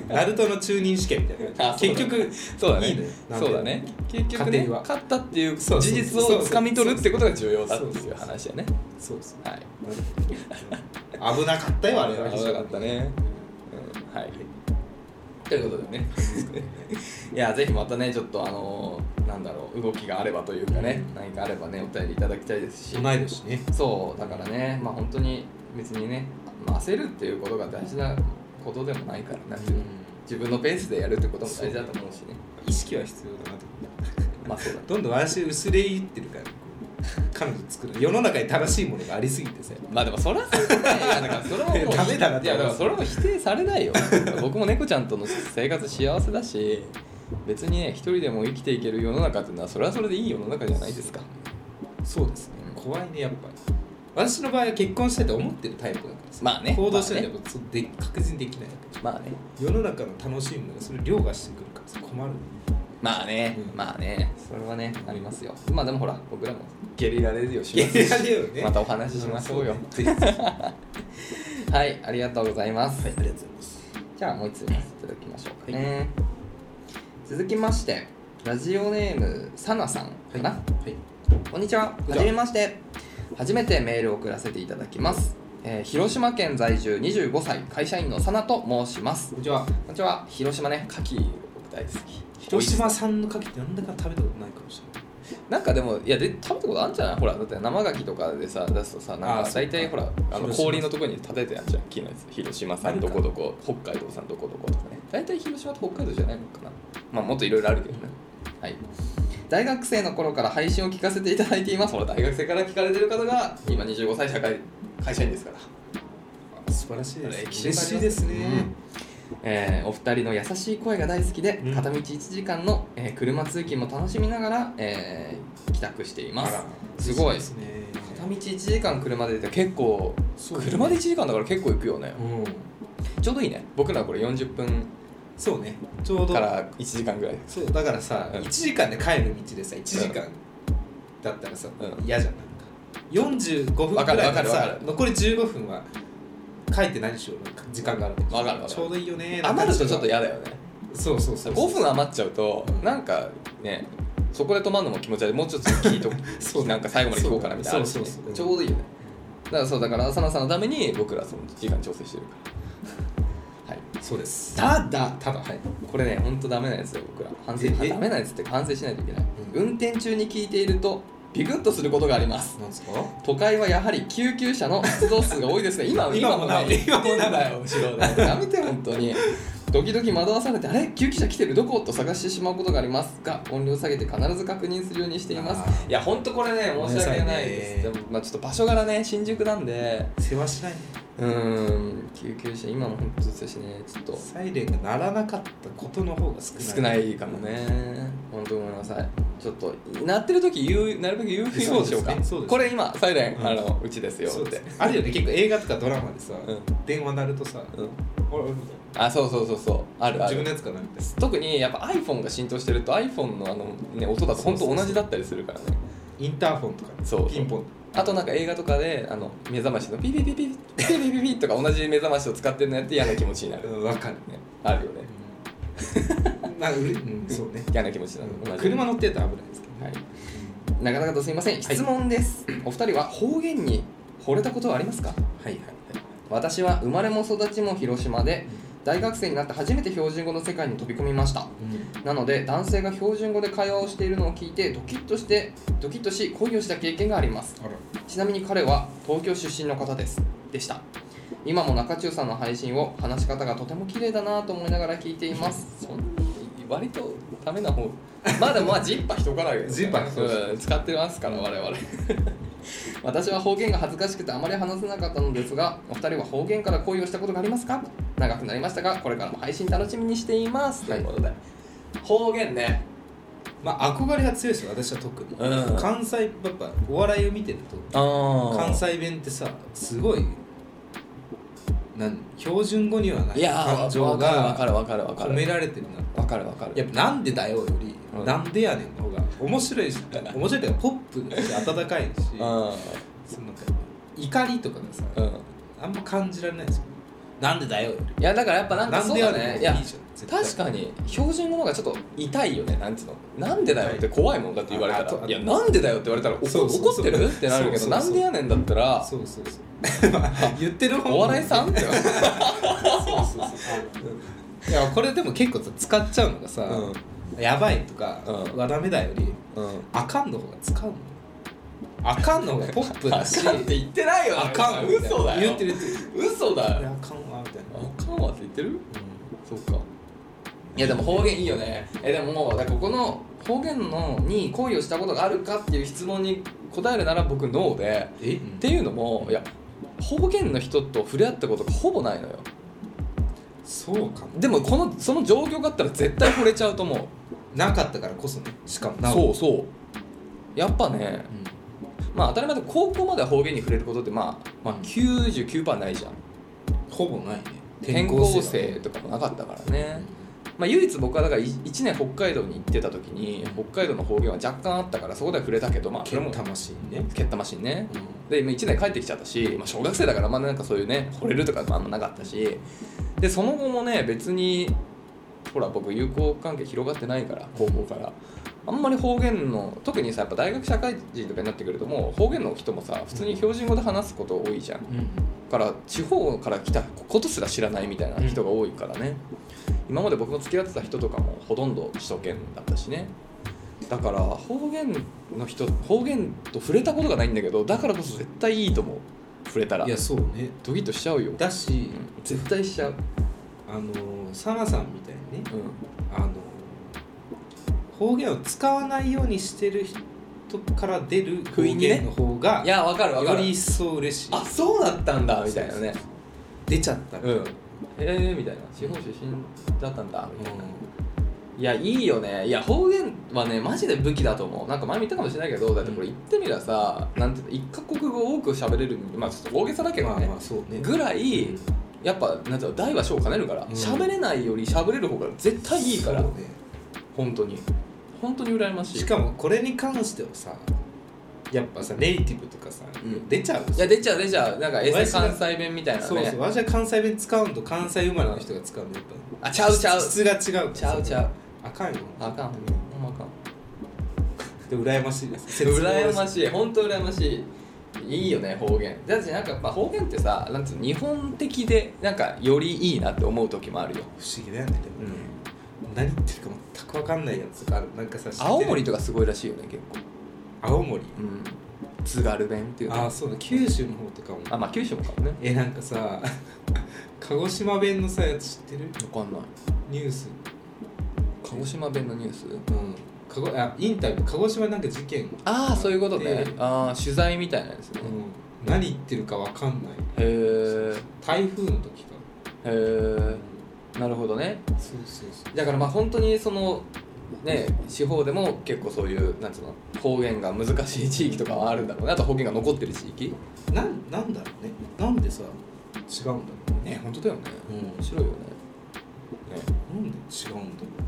Speaker 1: ナルトの中忍試験みたいな
Speaker 2: あそうだ
Speaker 1: 結
Speaker 2: ね
Speaker 1: 局
Speaker 2: そうだね
Speaker 1: いいね
Speaker 2: そうだね結
Speaker 1: 勝
Speaker 2: 局
Speaker 1: 手
Speaker 2: ね
Speaker 1: には
Speaker 2: 勝ったっていう
Speaker 1: そう
Speaker 2: 事
Speaker 1: そう
Speaker 2: 実を掴み取るってことが重要だっていう話だね
Speaker 1: そうそう
Speaker 2: はい
Speaker 1: なるほど危なかったよあれは
Speaker 2: 危なかったねうんはいということで ねいやぜひまたねちょっとあのーなんだろう動きがあればというかね何かあればねお便りいただきたいですし
Speaker 1: 同い年ね
Speaker 2: そうだからねまあ本当に別にね、まあ、焦るっていうことが大事なことでもないからなっていう自分のペースでやるってことも大事だと思うしね
Speaker 1: 意識は必要だなと
Speaker 2: まあそうだ
Speaker 1: どんどん私薄れいってるからこう彼女作る世の中に正しいものがありすぎてさ
Speaker 2: まあでもそれはそうだねいやだからそれはも う
Speaker 1: ダメだなって
Speaker 2: いやだからそれはもう否定されないよ僕も猫ちゃんとの生活幸せだし別にね一人でも生きていける世の中っていうのはそれはそれでいい世の中じゃないですか
Speaker 1: そうですね怖いねやっぱり私の場合は結婚したいと思ってるタイプだからさ
Speaker 2: まあね
Speaker 1: 行動してない
Speaker 2: ま
Speaker 1: とそうで確実にできないわけ
Speaker 2: まあね
Speaker 1: 世の中の楽しいものがそれ凌駕してくるからさ困るね
Speaker 2: まあね、
Speaker 1: うん
Speaker 2: まあねそれはねありますよまあでもほら僕らもゲリラレディオし
Speaker 1: いや
Speaker 2: ます
Speaker 1: いやいやね
Speaker 2: またお話ししましょうよ
Speaker 1: ぜひぜひはい
Speaker 2: はいありがとうございます、
Speaker 1: ありがとうございます
Speaker 2: じゃあもう一ついただきましょうかね、
Speaker 1: は
Speaker 2: 続きましてラジオネームさなさんかな、
Speaker 1: はい
Speaker 2: こんにちは。
Speaker 1: こんにちは
Speaker 2: はじめまして。初めてメールを送らせていただきます。えー広島県在住25歳会社員のさなと申します。
Speaker 1: こんにちは
Speaker 2: こんにちは。広島ね、牡蠣僕大好き。
Speaker 1: 広島産の牡蠣ってなんだか食べたことないかもしれない
Speaker 2: なんかでもいやで食べたことあるんじゃない？ほらだって生牡蠣とかでさ出すとさなん
Speaker 1: あー
Speaker 2: か
Speaker 1: そう
Speaker 2: 大体ほらあの
Speaker 1: 広島
Speaker 2: 氷のところに立ててあるじゃん。木のやつ。広島さんどこどこ、北海道さんどこどことかね。大体広島と北海道じゃないのかな。まあもっといろいろあるけどね。はい。大学生の頃から配信を聞かせていただいています。ほら大学生から聞かれてる方が今25歳社会会社員ですから。
Speaker 1: 素晴らしいです
Speaker 2: 歴史
Speaker 1: 嬉しいですね、
Speaker 2: うんえーお二人の優しい声が大好きで、
Speaker 1: うん
Speaker 2: 片道1時間の、えー車通勤も楽しみながら、えー帰宅していますすごい
Speaker 1: ですね
Speaker 2: 片道1時間車で出て結構
Speaker 1: そうだね
Speaker 2: 車で1時間だから結構行くよね
Speaker 1: うん
Speaker 2: ちょうどいいね僕らこれ40分
Speaker 1: そうねちょうど
Speaker 2: から1時間ぐらい
Speaker 1: そうだからさ、
Speaker 2: うん
Speaker 1: 1時間で帰る道でさ1時間だったらさ
Speaker 2: うん
Speaker 1: 嫌、じゃんなんか45分
Speaker 2: わ
Speaker 1: ぐ
Speaker 2: かる
Speaker 1: ら
Speaker 2: わ
Speaker 1: い
Speaker 2: か
Speaker 1: で
Speaker 2: るわか
Speaker 1: さ
Speaker 2: る
Speaker 1: 残り15分は帰って何しようなんか時間がある
Speaker 2: わかるわかる
Speaker 1: ちょうどいいよね
Speaker 2: 余るとちょっと
Speaker 1: や
Speaker 2: 嫌だよね
Speaker 1: そうそうそう
Speaker 2: 5分余っちゃうと
Speaker 1: うん
Speaker 2: なんかねそこで止まるのも気持ち悪いもうちょっと聞いと
Speaker 1: そう
Speaker 2: なんか最後まで聞こうかなみたいなのあるしね
Speaker 1: そうそうそう
Speaker 2: ちょうどいいよねだからそうだから浅野さんのために僕らその時間調整してるからはい
Speaker 1: そうです
Speaker 2: ただ
Speaker 1: ただはい
Speaker 2: これねほんとダメなやつよ僕ら反省
Speaker 1: ええ
Speaker 2: ダメなやつって反省しないといけない、
Speaker 1: うん
Speaker 2: 運転中に聞いているとビクッとすることがあります
Speaker 1: なんですか
Speaker 2: 都会はやはり救急車の出動数が多いですね今
Speaker 1: 今もな
Speaker 2: ないい
Speaker 1: 今もない
Speaker 2: だよ後ろでやめて本当に時々惑わされてあれ救急車来てるどこと探してしまうことがありますが音量下げて必ず確認するようにしています
Speaker 1: あー
Speaker 2: いや本当これね申し訳ないです
Speaker 1: ごめんなさい
Speaker 2: で
Speaker 1: ね
Speaker 2: も、まあ、ちょっと場所柄ね新宿なんで
Speaker 1: 世話しないね
Speaker 2: うーん救急車今も本当ですしねちょっと
Speaker 1: サイレンが鳴らなかったことの方が少ない
Speaker 2: 少ないかもね本当ごめんなさいちょっと鳴ってる時言うなるべく言うふうにしよう
Speaker 1: そ
Speaker 2: か
Speaker 1: うですねそうですね
Speaker 2: これ今サイレン、
Speaker 1: うん
Speaker 2: あのうちですよ
Speaker 1: そう
Speaker 2: っ
Speaker 1: で
Speaker 2: て
Speaker 1: すあるよね結構映画とかドラマでさ、
Speaker 2: うん
Speaker 1: 電話鳴るとさ、
Speaker 2: うん
Speaker 1: あれ
Speaker 2: あそうそうそうそうあるあ
Speaker 1: 自分
Speaker 2: る
Speaker 1: のやつかなみたいな
Speaker 2: 特にやっぱ iPhone が浸透してると iPhone のあの、ね、音だと本当同じだったりするからね
Speaker 1: インターフォンとかね
Speaker 2: そう
Speaker 1: ピンポン
Speaker 2: あとなんか映画とかであの目覚ましのピピピピピピピピピとか同じ目覚ましを使ってるのやって嫌な気持ちになる、ね、
Speaker 1: うんわかる
Speaker 2: あるよね
Speaker 1: なうれうん、そうね。
Speaker 2: 嫌な気持ちになる同じ
Speaker 1: 車乗ってると危ないですけどね。
Speaker 2: はいなかなかとすいません質問です、お二人は方言に惚れたことはありますか
Speaker 1: はいはい
Speaker 2: 私は生まれも育ちも広島で大学生になって初めて標準語の世界に飛び込みましたなので男性が標準語で会話をしているのを聞いてドキッとしてドキッとし恋をした経験があります
Speaker 1: あら
Speaker 2: ちなみに彼は東京出身の方ですでした今も中中さんの配信を話し方がとても綺麗だなと思いながら聞いていますそん割とダメな方まだまあジッパー人からよ
Speaker 1: ジッパー人
Speaker 2: うん使ってますから我々 私は方言が恥ずかしくてあまり話せなかったのですがお二人は方言から恋をしたことがありますか長くなりましたがこれからも配信楽しみにしています、ということで方言ね
Speaker 1: まあ憧れが強いですよ私は特に、
Speaker 2: うん
Speaker 1: 関西やっぱお笑いを見てると
Speaker 2: あ
Speaker 1: 関西弁ってさすごいなん標準語にはない
Speaker 2: いやー
Speaker 1: 感情
Speaker 2: わか
Speaker 1: が
Speaker 2: るわかるわかる
Speaker 1: 込められてるな
Speaker 2: わかるわかる
Speaker 1: やっぱ「なんでだよ」より「
Speaker 2: うん
Speaker 1: なんでやねん」の方が面白いし面白いというかポップだし温かいし
Speaker 2: う
Speaker 1: そのなんか怒りとかがさ
Speaker 2: んうん
Speaker 1: あんま感じられないですけど「なんでだよ」より
Speaker 2: いやだからやっぱ
Speaker 1: 「
Speaker 2: なんか
Speaker 1: なん
Speaker 2: そう
Speaker 1: でや
Speaker 2: だ
Speaker 1: ね
Speaker 2: ね
Speaker 1: ん」
Speaker 2: いや
Speaker 1: いいじゃん絶対
Speaker 2: 確かに標準語の方がちょっと痛いよねなんつうのなんでだよって怖いもんだって言われた
Speaker 1: あと
Speaker 2: らいやなんでだよって言われたら怒
Speaker 1: そうそうそう
Speaker 2: 怒ってるってなるけ
Speaker 1: そ
Speaker 2: ど
Speaker 1: うそうそう
Speaker 2: なんでやねんだったら
Speaker 1: そうそうそう まあ言ってる方も
Speaker 2: お笑いさんって
Speaker 1: そうそうそういやこれでも結構さ使っちゃうのがさ「やばい」とか
Speaker 2: う
Speaker 1: 「
Speaker 2: ん
Speaker 1: わだめだ」より
Speaker 2: うん
Speaker 1: 「あかん」の方が使うのあかんの方がポップだし
Speaker 2: あかんって言ってないよ
Speaker 1: あかんみたいな
Speaker 2: 嘘だよ
Speaker 1: 言ってる言ってる
Speaker 2: 嘘
Speaker 1: あ
Speaker 2: だ
Speaker 1: れ
Speaker 2: よ
Speaker 1: あかんわみたいな
Speaker 2: あかんわって言ってる
Speaker 1: う
Speaker 2: そっかいやでも方言いいよねえでももうだからここの方言のに恋をしたことがあるかっていう質問に答えるなら僕ノーで
Speaker 1: んえ
Speaker 2: っていうのもいや方言の人と触れ合ったことがほぼないのよ
Speaker 1: そうかも
Speaker 2: でもこのその状況があったら絶対惚れちゃうと思う
Speaker 1: なかったからこそねしかもな
Speaker 2: そうそうやっぱね
Speaker 1: うん
Speaker 2: まあ当たり前で高校までは方言に触れることってまあ、まあ、99%ないじゃん
Speaker 1: ほぼないね
Speaker 2: 転校生とかもなかったからね、まあ、唯一僕はだから1年北海道に行ってた時に北海道の方言は若干あったからそこでは触れたけどまあそ
Speaker 1: け
Speaker 2: れ
Speaker 1: ん
Speaker 2: も
Speaker 1: 魂にね
Speaker 2: 蹴ったマシンねで今1年帰ってきちゃったし、まあ、小学生だからまあなんかそういうね惚れるとかもあんまなかったしでその後もね別にほら僕友好関係広がってないから高校からあんまり方言の特にさやっぱ大学社会人とかになってくるともう方言の人もさ普通に標準語で話すこと多いじゃんだ
Speaker 1: うんうん
Speaker 2: から地方から来たことすら知らないみたいな人が多いからね今まで僕の付き合ってた人とかもほとんど首都圏だったしねだから方言の人方言と触れたことがないんだけどだからこそ絶対いいと思う触れたら
Speaker 1: いやそうね
Speaker 2: ドキッとしちゃうよ
Speaker 1: だし
Speaker 2: うん絶対しちゃう、
Speaker 1: あのサナさんみたいにね
Speaker 2: う
Speaker 1: あの方言を使わないようにしてる人から出る方
Speaker 2: 不意にね
Speaker 1: 言の方が
Speaker 2: ん、いやわかるわか
Speaker 1: よ
Speaker 2: る
Speaker 1: り一層嬉しい
Speaker 2: あそうだったんだみたいなね
Speaker 1: 出ちゃったみた
Speaker 2: う
Speaker 1: いなん
Speaker 2: ええみたいな地方出身だったんだみたいな、
Speaker 1: う
Speaker 2: いやいいよねいや方言はねマジで武器だと思うなんか前も言ったかもしれないけどだってこれ言ってみりゃさなんていうの一カ国語多く喋れるまあちょっと大げさだけ
Speaker 1: ん
Speaker 2: ど
Speaker 1: まあ
Speaker 2: ね、
Speaker 1: まあそうね
Speaker 2: ぐらい
Speaker 1: うん
Speaker 2: やっぱなんていうの大は小を兼ねるから
Speaker 1: ん
Speaker 2: 喋、れないより喋れる方が絶対いいから
Speaker 1: そうね
Speaker 2: 本当に本当に羨ましい
Speaker 1: しかもこれに関してはさやっぱさネイティブとかさ、
Speaker 2: うん
Speaker 1: 出ちゃう
Speaker 2: いや出ちゃう出ちゃうなんか衛
Speaker 1: おや
Speaker 2: 星
Speaker 1: じが
Speaker 2: 関西弁みたいなね
Speaker 1: そうそう私は関西弁使うのと関西生まれの人が使うのやっぱ
Speaker 2: あちゃうちゃう
Speaker 1: 質が違うから
Speaker 2: ちゃうちゃう
Speaker 1: あかんよ
Speaker 2: あかんほ
Speaker 1: うん
Speaker 2: まあかん
Speaker 1: で羨ましいです
Speaker 2: 羨ま
Speaker 1: い
Speaker 2: しい本当羨ましいいいよね方言だってなんか、まあ、方言ってさなんつうの日本的でなんかよりいいなって思う時もあるよ、
Speaker 1: 不思議だよねでもね、何言ってるか全く分かんないやつとかあるなんかさ知ってる
Speaker 2: 青森とかすごいらしいよね結構
Speaker 1: 青森
Speaker 2: うん津軽弁っていうの
Speaker 1: ああそうだ九州の方とかも
Speaker 2: あまあ九州もかもね
Speaker 1: えなんかさ 鹿児島弁のさやつ知ってる
Speaker 2: わかんない
Speaker 1: ニュース
Speaker 2: 鹿児島弁のニュース
Speaker 1: うん鹿児あインタビュー鹿児島なんか事件
Speaker 2: ああそういうことね
Speaker 1: で
Speaker 2: ああ取材みたいなやつね、
Speaker 1: うん、何言ってるか分かんない
Speaker 2: へー
Speaker 1: 台風の時か
Speaker 2: へえなるほどね
Speaker 1: そうそうそ
Speaker 2: だからまあ本当にそのね地方でも結構そういうなんつうの方言が難しい地域とかはあるんだろうねあと方言が残ってる地域
Speaker 1: うなんなんだろうねなんでさ違うんだろうね
Speaker 2: ね本当だよね
Speaker 1: うん
Speaker 2: 面白いよね
Speaker 1: なんで違うんだろ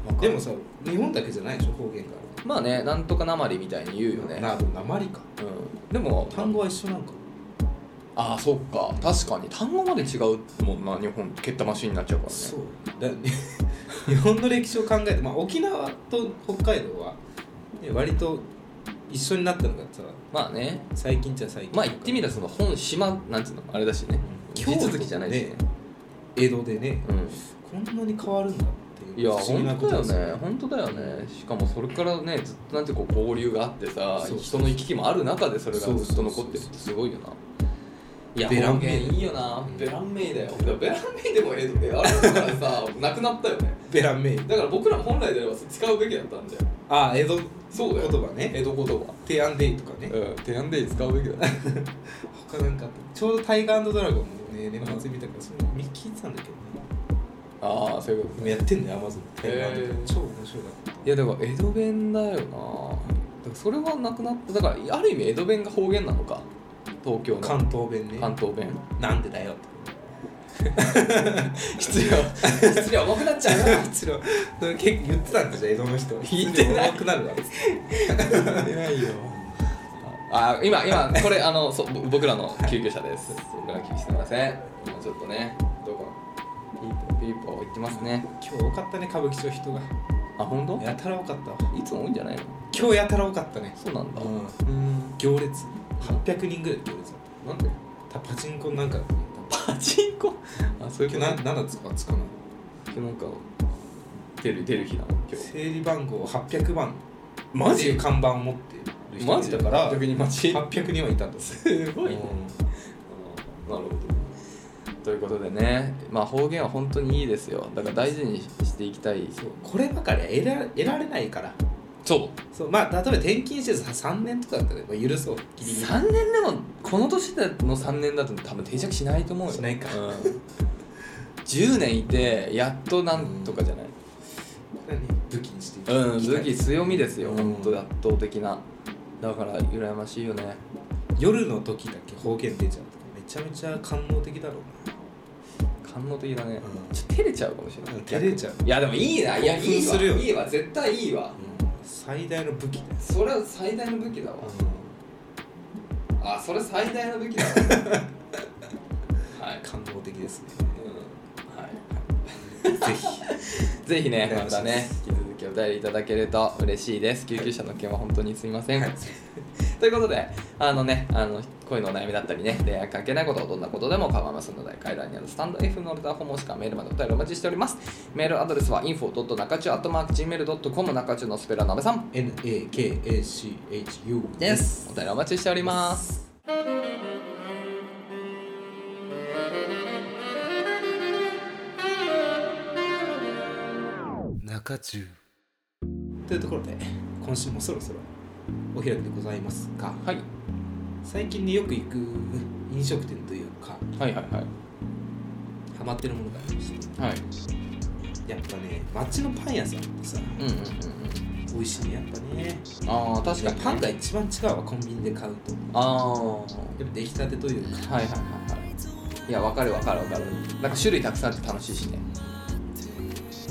Speaker 2: わか
Speaker 1: う
Speaker 2: る
Speaker 1: でもさ日本だけじゃないでしょ方言が
Speaker 2: まあねなんとかなまりみたいに言うよ
Speaker 1: ある
Speaker 2: ね
Speaker 1: なでも鉛か
Speaker 2: うんでも
Speaker 1: 単語は一緒なんか
Speaker 2: ああそっか確かに単語まで違うもんな日本蹴ったマシンになっちゃうからね
Speaker 1: そうだ 日本の歴史を考えて、まあ、沖縄と北海道は、ね、割と一緒になったのがさ
Speaker 2: まあね
Speaker 1: 最近じゃ最近
Speaker 2: まあ言ってみればその本島なんつうのあれだしね
Speaker 1: 京
Speaker 2: 地
Speaker 1: 都
Speaker 2: 続きじゃないしね
Speaker 1: ね江戸でね
Speaker 2: うん
Speaker 1: こんなに変わるんだって
Speaker 2: い
Speaker 1: いう
Speaker 2: や
Speaker 1: 不思議な
Speaker 2: 本
Speaker 1: こ
Speaker 2: 当だ
Speaker 1: と
Speaker 2: よ
Speaker 1: です
Speaker 2: ね本当だよねしかもそれからねずっとなんてこう交流があってさ
Speaker 1: そう
Speaker 2: 人の行き来もある中でそれがずっと残ってるってすごいよないや
Speaker 1: ベラン
Speaker 2: 方
Speaker 1: メイ
Speaker 2: 言いいよな
Speaker 1: うん
Speaker 2: ベランメイだよだからベランメイでもええあれだからさ なくなったよね
Speaker 1: ベランメイ
Speaker 2: だから僕ら本来であれば使うべきだったんだよ
Speaker 1: ああ江戸
Speaker 2: そうだよ
Speaker 1: 言葉ね
Speaker 2: 江戸言葉
Speaker 1: 提案デイとかね
Speaker 2: うん提案で使うべきだ ね
Speaker 1: 他なんかあったちょうどタイガードラゴンもね年末に見たからそれ見聞いてたんだけどね
Speaker 2: ああそういうこと
Speaker 1: 今やってんのよアマゾンタイガードラゴ
Speaker 2: へ
Speaker 1: ン
Speaker 2: ー
Speaker 1: 超面白かった
Speaker 2: いやだから江戸弁だよなだからそれはなくなっただからある意味江戸弁が方言なのか東京の
Speaker 1: 関東弁ね
Speaker 2: 関東弁
Speaker 1: なんでだよ
Speaker 2: 失礼失礼重くなっちゃうよ
Speaker 1: それはそれ結構言ってたんですよ江戸の人
Speaker 2: 言ってない
Speaker 1: 弱くなるわ
Speaker 2: ないよあ今今これあのそうぼ僕らの救急車です僕らの救急車すみませんもうちょっとねどこピーポーピーポー行ってますね
Speaker 1: 今日多かったね歌舞伎町人が
Speaker 2: あ本当
Speaker 1: やたら多かったわ
Speaker 2: いつも多いんじゃないの
Speaker 1: 今日やたら多かったね
Speaker 2: そうなんだ
Speaker 1: うん
Speaker 2: ん
Speaker 1: 行列800人ぐらいの行列だっ
Speaker 2: なんで
Speaker 1: たパチンコなんか
Speaker 2: パチンコあそういう
Speaker 1: 今日
Speaker 2: こと
Speaker 1: な何だっつうかつかない
Speaker 2: 今日なんか出る出る日なの今日
Speaker 1: 整理番号800番
Speaker 2: マ
Speaker 1: マ
Speaker 2: ジ
Speaker 1: ジいう看板を持ってる人がいたから
Speaker 2: 逆に待ち
Speaker 1: 800人はいたんです
Speaker 2: すごいね
Speaker 1: うん
Speaker 2: なるほどということでね、まあ、方言は本当にいいですよだから大事にしていきたい
Speaker 1: そうこればかりは得ら得られないから
Speaker 2: そう
Speaker 1: そうまあ例えば転勤してさ3年とかだったらまあ許そうギリギリ
Speaker 2: 3年でもこの年での3年だと多分定着しないと思うよ
Speaker 1: しないか
Speaker 2: うん、10年いてやっとなんとかじゃない
Speaker 1: 何武器にしてい
Speaker 2: うん武器強みですよ、
Speaker 1: うん
Speaker 2: 本当圧倒的なだから羨ましいよね
Speaker 1: 夜の時だけ方言出ちゃうとかめちゃめちゃ官能的だろ
Speaker 2: 感動的だね、
Speaker 1: うん
Speaker 2: ちょっと照れちゃうかもしれない、
Speaker 1: うん照れちゃう
Speaker 2: いやでもいいないやい
Speaker 1: 興奮
Speaker 2: いわ
Speaker 1: するよ
Speaker 2: いいわ絶対いい
Speaker 1: う
Speaker 2: わ
Speaker 1: な、最大の武器だよ、
Speaker 2: それは最大の武器だわ、あそれ最大の 武器だはい、
Speaker 1: 官能的ですね
Speaker 2: うんは
Speaker 1: ぜ
Speaker 2: い、
Speaker 1: ひ
Speaker 2: ぜひね
Speaker 1: お願
Speaker 2: ま
Speaker 1: いします
Speaker 2: たね引き続きお便りいただけると嬉しいです救急車の件は本当にすいません、 ということであのねあの恋のお悩みだったりね恋愛関係ないことどんなことでも構いませんので概要欄にあるスタンド F のレターフォームもしくはメールまでお便りお待ちしておりますメールアドレスは info.nakachu.gmail.com 中中のスペラなべさん
Speaker 1: NAKACHU
Speaker 2: ですお便りお待ちしております
Speaker 1: 中中というところで今週もそろそろお開きでございますが
Speaker 2: はい
Speaker 1: 最近によく行く飲食店というか
Speaker 2: はいはいはい
Speaker 1: ハマってるものがありまして
Speaker 2: はい
Speaker 1: やっぱね町のパン屋さんってさ
Speaker 2: うんうんうんうん
Speaker 1: 美味しいねやっぱね
Speaker 2: ああ確かにね
Speaker 1: パンが一番違うわコンビニで買うと
Speaker 2: ああ
Speaker 1: やっぱ出来たてというか
Speaker 2: はいはいはいはいいやわかるわかるわかるなんか種類たくさんあって楽しいしね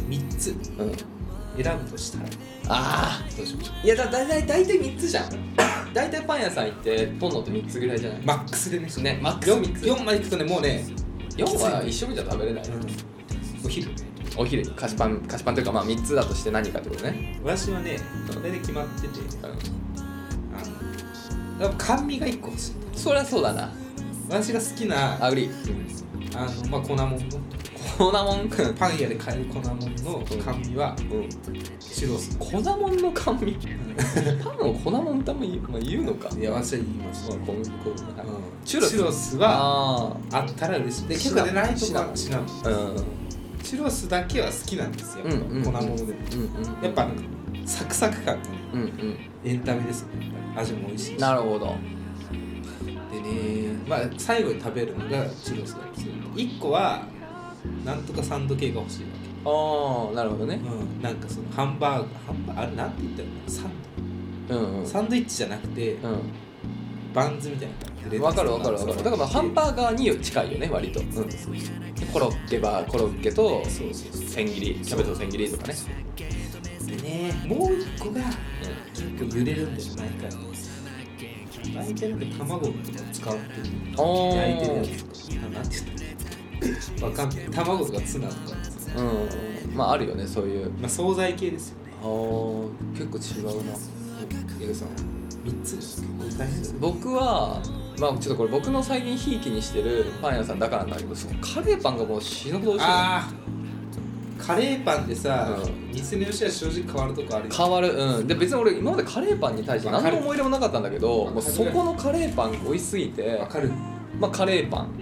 Speaker 1: 3つ
Speaker 2: うん
Speaker 1: 選ぶとしたら
Speaker 2: ああ
Speaker 1: どうしましょ
Speaker 2: いやだだいたい大体3つじゃん大体パン屋さん行ってポンのって3つぐらいじゃないう
Speaker 1: マックスでね
Speaker 2: ねマックス3
Speaker 1: 4,
Speaker 2: つ
Speaker 1: 4まで行くとねもうね、
Speaker 2: 4は一食じゃ食べれない、
Speaker 1: お昼
Speaker 2: お昼に菓子パン菓子パンというかまあ3つだとして何かってことね、
Speaker 1: 私はね
Speaker 2: うん
Speaker 1: 大体決まってて
Speaker 2: うん、
Speaker 1: あのやっぱ甘味が1個欲しい
Speaker 2: そりゃそうだな
Speaker 1: 私が好きな
Speaker 2: あ
Speaker 1: あ
Speaker 2: うり
Speaker 1: の、まあ、粉もんの
Speaker 2: 粉もんくん
Speaker 1: パン屋で買える粉もんの甘味は
Speaker 2: うん
Speaker 1: 白酢
Speaker 2: 粉もんの甘味パンを粉もんってあんま言う,、まあ、言うのか
Speaker 1: いや私は言いました、
Speaker 2: まあこうこう
Speaker 1: うん
Speaker 2: はいチ
Speaker 1: チ
Speaker 2: ュ
Speaker 1: ュ
Speaker 2: ロ
Speaker 1: ロ
Speaker 2: ス
Speaker 1: スは
Speaker 2: あ
Speaker 1: あったら嬉しいで
Speaker 2: シ
Speaker 1: 結
Speaker 2: ナモ
Speaker 1: 構
Speaker 2: ン
Speaker 1: 出ないとか
Speaker 2: シ
Speaker 1: 違う
Speaker 2: あうん
Speaker 1: チュロスだけは好きなんですよ、
Speaker 2: うんうん
Speaker 1: 粉物でも
Speaker 2: うんうん
Speaker 1: やっぱサクサク感がね
Speaker 2: うんうん
Speaker 1: エンタメですよねやっぱり味も美味しいし
Speaker 2: なるほど
Speaker 1: でねまあ最後に食べるのがチュロスなんですよ1個はなんとかサンド系が欲しいわ
Speaker 2: ああなるほどね
Speaker 1: け、うん、なんかそのハンバーグハンバーグあれなんて言ったらいいのサン
Speaker 2: うんうん
Speaker 1: ドサンドイッチじゃなくて、バンズみたいな感じで
Speaker 2: わかるわかるわかるだからまあハン
Speaker 1: ー
Speaker 2: バーガーに近いよね割と、うん、コロッケはコロッケと
Speaker 1: そうそうそう
Speaker 2: 千切りキャベツの千切りとかね、
Speaker 1: でねもう1個が結構揺れるんだよ毎回毎回なんか卵とか使ってる
Speaker 2: おー
Speaker 1: 焼いてるやつとかなんて言ったらわかんない卵とかツナとか
Speaker 2: うん、まああるよねそういう
Speaker 1: まあ惣菜系ですよね
Speaker 2: あー結構違うな
Speaker 1: 江口さん3つです結構大変ですね
Speaker 2: 僕はまあちょっとこれ僕の最近ひいきにしてるパン屋さんだからなんだけどそのカレーパンがもう死ぬほど美味しいの
Speaker 1: ああカレーパンってさ、
Speaker 2: う
Speaker 1: 店の良し悪し正直変わるとこあるよ
Speaker 2: 変わるうんで別に俺今までカレーパンに対して何の思い入れもなかったんだけど
Speaker 1: わ
Speaker 2: も
Speaker 1: か
Speaker 2: う
Speaker 1: る
Speaker 2: そこのカレーパンが美味しすぎて
Speaker 1: わかる
Speaker 2: まあカレーパン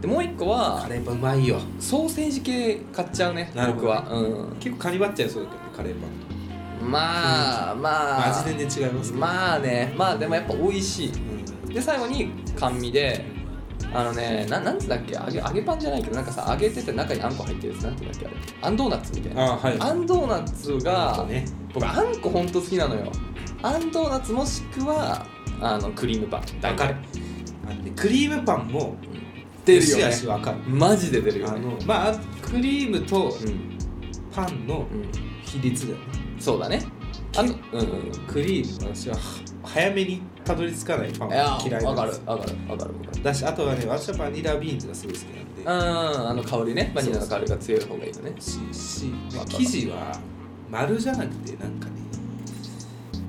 Speaker 2: でもう一個は
Speaker 1: カレーパンうまいよ
Speaker 2: ソーセージ系買っちゃうね
Speaker 1: なるほ
Speaker 2: 僕
Speaker 1: ど
Speaker 2: はう
Speaker 1: 結構カニバっちゃいそうだけどねカレーパン
Speaker 2: んまあまあ
Speaker 1: 味全然違いますけど
Speaker 2: まあねまあでもやっぱ美味しい
Speaker 1: うん
Speaker 2: で最後に甘味であのねななんつうんだっけ揚げ揚げパンじゃないけどなんかさ揚げてて中にあんこ入ってるやつなんていうんだっけあれあんドーナツみたいな
Speaker 1: あーはい
Speaker 2: あんドーナツ
Speaker 1: そ
Speaker 2: が
Speaker 1: うね
Speaker 2: 僕あんこほんと好きなのよあんドーナツもしくはあのクリームパン大
Speaker 1: わか
Speaker 2: 体
Speaker 1: るあのねクリームパンも
Speaker 2: 出
Speaker 1: 良
Speaker 2: るよ
Speaker 1: し
Speaker 2: ね
Speaker 1: 悪しわかる
Speaker 2: マジで出るよ
Speaker 1: あ
Speaker 2: ね
Speaker 1: のまあクリームと
Speaker 2: うん
Speaker 1: パンの
Speaker 2: う
Speaker 1: 比率だよね
Speaker 2: んそうだねあとうんうんうん
Speaker 1: クリーム私はは早めにたどり着かないパン
Speaker 2: いや
Speaker 1: が嫌い
Speaker 2: わ
Speaker 1: な
Speaker 2: か
Speaker 1: ん
Speaker 2: る
Speaker 1: です
Speaker 2: わかるわかるわかる
Speaker 1: だしあとはね私はバニラビーンズがすごい好きなんで
Speaker 2: うんあの香りねバニラの香りが強い方がいいよね
Speaker 1: しし、
Speaker 2: わかる
Speaker 1: 生地は丸じゃなくてなんかね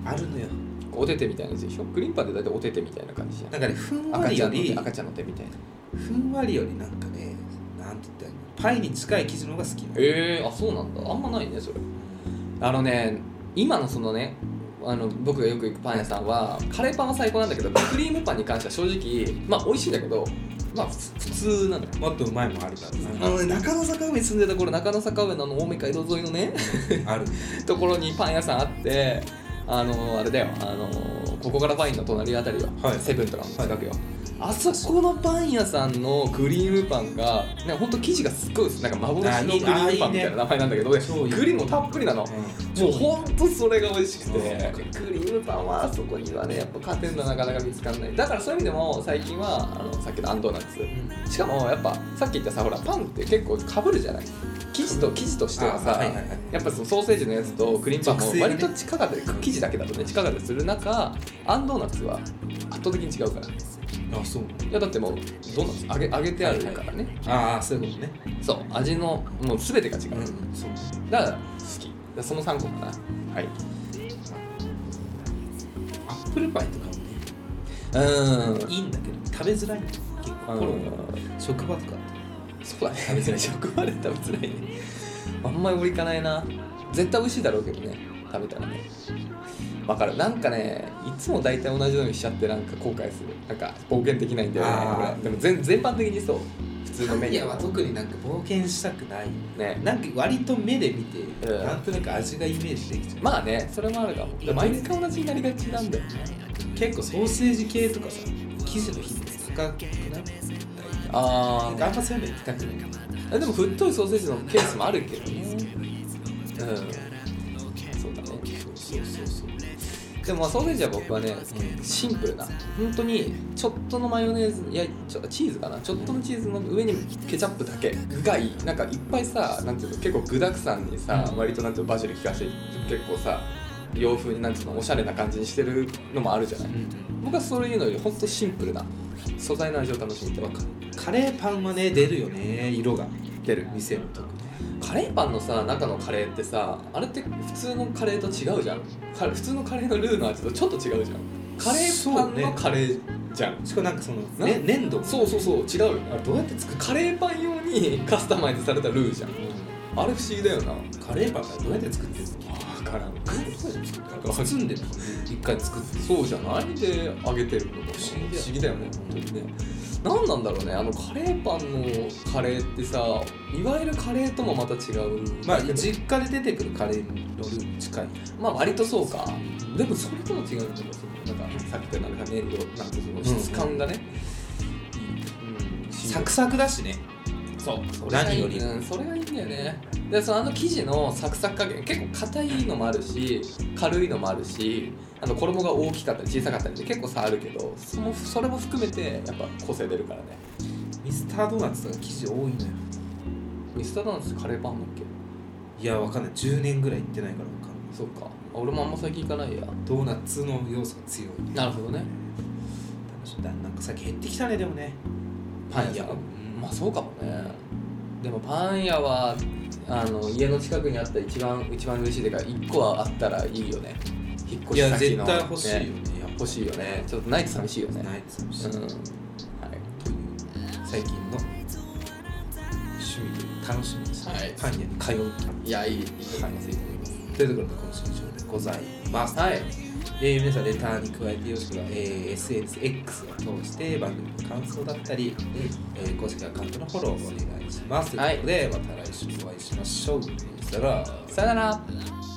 Speaker 1: あるのよ
Speaker 2: おててみたいなやつでしょクリームパンって大体おててみたいな感じじゃん
Speaker 1: なんかねふんわ
Speaker 2: 赤
Speaker 1: り
Speaker 2: ちゃ
Speaker 1: よ
Speaker 2: んの手
Speaker 1: り
Speaker 2: 赤ちゃんの手みたいな
Speaker 1: ふんわりよりなんかねなんて言ったらいいのパイに近い生地の方が好きなの
Speaker 2: えー、あそうなんだあんまないねそれあのね今のそのねあの僕がよく行くパン屋さんはカレーパンは最高なんだけどクリームパンに関しては正直まあ美味しいんだけどまあ普通普通なんだよ
Speaker 1: もっとうまいもんあるから
Speaker 2: あのね、中野坂上に住んでた頃中野坂上のあの青梅街道沿いのね
Speaker 1: なある
Speaker 2: ところにパン屋さんあってあのあれだよあのここからパインの隣あたりよ、
Speaker 1: はい
Speaker 2: セブンとかの近くよ、あそこのパン屋さんのクリームパンがねほんと生地がすっごい薄いなんか幻のクリームパンみたいな名前なんだけど、ね
Speaker 1: あいいねそういいね
Speaker 2: クリームもたっぷりなの、もうほんとそれが美味しく
Speaker 1: う
Speaker 2: て
Speaker 1: ん
Speaker 2: クリームパンはあそこにはねやっぱ勝てんのなかなか見つかんないだからそういう意味でも最近はあのさっきのアンドーナツしかもやっぱさっき言ったさほらパンって結構かぶるじゃない生地と生地としてはさ、
Speaker 1: あはいはいはい
Speaker 2: やっぱそのソーセージのやつとクリームパン
Speaker 1: 属
Speaker 2: も
Speaker 1: 性がね
Speaker 2: 割と近かったり、生地だけだとね近かったりする中あんドーナツは圧倒的に違うからい
Speaker 1: あそう
Speaker 2: やだってもうドーナツ揚げ揚げてあるからね、
Speaker 1: ああそういうことね
Speaker 2: そう味のもう全てが違う、
Speaker 1: うんそう
Speaker 2: だから好きだからその3個かなはい
Speaker 1: アップルパイとかもね
Speaker 2: うん
Speaker 1: いいんだけど食べづらいんだよ結構コロナ職場とか
Speaker 2: そうだね食べづらい職場で食べづらいねあんまり俺行かないな絶対美味しいだろうけどね食べたらねわかるなんかねいつも大体同じようにしちゃってなんか後悔するなんか冒険できないんだよ
Speaker 1: あ
Speaker 2: ね
Speaker 1: ー
Speaker 2: 俺でも全全般的にそう普通のメ
Speaker 1: メ
Speaker 2: ニ
Speaker 1: ニ
Speaker 2: ュ
Speaker 1: ア
Speaker 2: ー
Speaker 1: は特になんか冒険したくない
Speaker 2: ね
Speaker 1: なんか割と目で見て、
Speaker 2: うん
Speaker 1: なんとなく味がイメージできちゃう、
Speaker 2: まあねそれもあるかもでも毎回同じになりがちなんだよね
Speaker 1: 結構ソーセージ系とかさ生地の比率高くない
Speaker 2: あ
Speaker 1: あんまそういうの行きたくない
Speaker 2: あでも太いソーセージのケースもあるけどねうんそうだね
Speaker 1: そうそうそう
Speaker 2: でもまあソーセージは僕はねシンプルな本当にちょっとのマヨネーズいやちょチーズかなちょっとのチーズの上にケチャップだけがいいなんかいっぱいさなんていうの結構具だくさんにさ
Speaker 1: うん
Speaker 2: 割となんていうのバジル効かせて結構さ洋風になんていうのおしゃれな感じにしてるのもあるじゃない僕はそういうのより本当シンプルな素材の味を楽しみたい
Speaker 1: カレーパンはね出るよね色が
Speaker 2: 出る
Speaker 1: 店も特に
Speaker 2: カレーパンのさ中のカレーってさあれって普通のカレーと違うじゃんカレー普通のカレーのルーの味とちょっと違うじゃんカレーパンのカレーじゃん
Speaker 1: しかもなんかその、
Speaker 2: な
Speaker 1: ね、粘土も
Speaker 2: そうそうそう違うよね
Speaker 1: あれどうやって作る
Speaker 2: カレーパン用に カスタマイズされたルーじゃんあれ不思議だよな
Speaker 1: カレーパンってどうやって作ってるの
Speaker 2: 分から
Speaker 1: な
Speaker 2: ん
Speaker 1: んか包んでるの一回作って
Speaker 2: そうじゃないで揚げてるのかな
Speaker 1: 不思議だよね
Speaker 2: 不思議だよね本当にね何なんだろうねあのカレーパンのカレーってさいわゆるカレーともまた違う
Speaker 1: まあ実家で出てくるカレーのルーに近い
Speaker 2: まあ割とそうかでもそれとも違うんだけどそのなんかさっきからなんか粘土なんてその質感がね、うん
Speaker 1: サクサクだしね
Speaker 2: そうそれがい
Speaker 1: 何
Speaker 2: い
Speaker 1: より
Speaker 2: うん、それがいいんだよねでそのあの生地のサクサク加減結構硬いのもあるし軽いのもあるしあの衣が大きかったり小さかったりで結構差あるけどそのそれも含めてやっぱ個性出るからね
Speaker 1: ミスタードーナツとか生地多いのよ
Speaker 2: ミスタードーナツってカレーパンだっけ
Speaker 1: いやわかんない10年ぐらい行ってないからわかんない
Speaker 2: そうかあ俺もあんま最近行かないや
Speaker 1: ドーナツの要素が強い
Speaker 2: なるほどね
Speaker 1: 楽しいだなんか最近減ってきたねでもね
Speaker 2: パン屋
Speaker 1: うん
Speaker 2: まあそうかもねでもパン屋はあの家の近くにあった一番一番嬉しいでか1個はあったらいいよね引っ越
Speaker 1: い
Speaker 2: し
Speaker 1: や
Speaker 2: 先の
Speaker 1: 絶対欲しいよね
Speaker 2: ね
Speaker 1: やっ
Speaker 2: 欲しいよねちょっとないと寂しいよね
Speaker 1: ないですもん
Speaker 2: うん
Speaker 1: という
Speaker 2: はい
Speaker 1: 最近の趣味というか楽しみです、
Speaker 2: はい
Speaker 1: パン屋に通う
Speaker 2: いやいいいい
Speaker 1: はい
Speaker 2: 話いいと思います
Speaker 1: というところで今週以上でございます、
Speaker 2: はい
Speaker 1: えー皆さんレターに加えてよろしくは、えー SNSX を通して番組の感想だったり、えー公式アカウントのフォローをお願いします、
Speaker 2: はい
Speaker 1: ということでまた来週お会いしましょうさよなら
Speaker 2: さよなら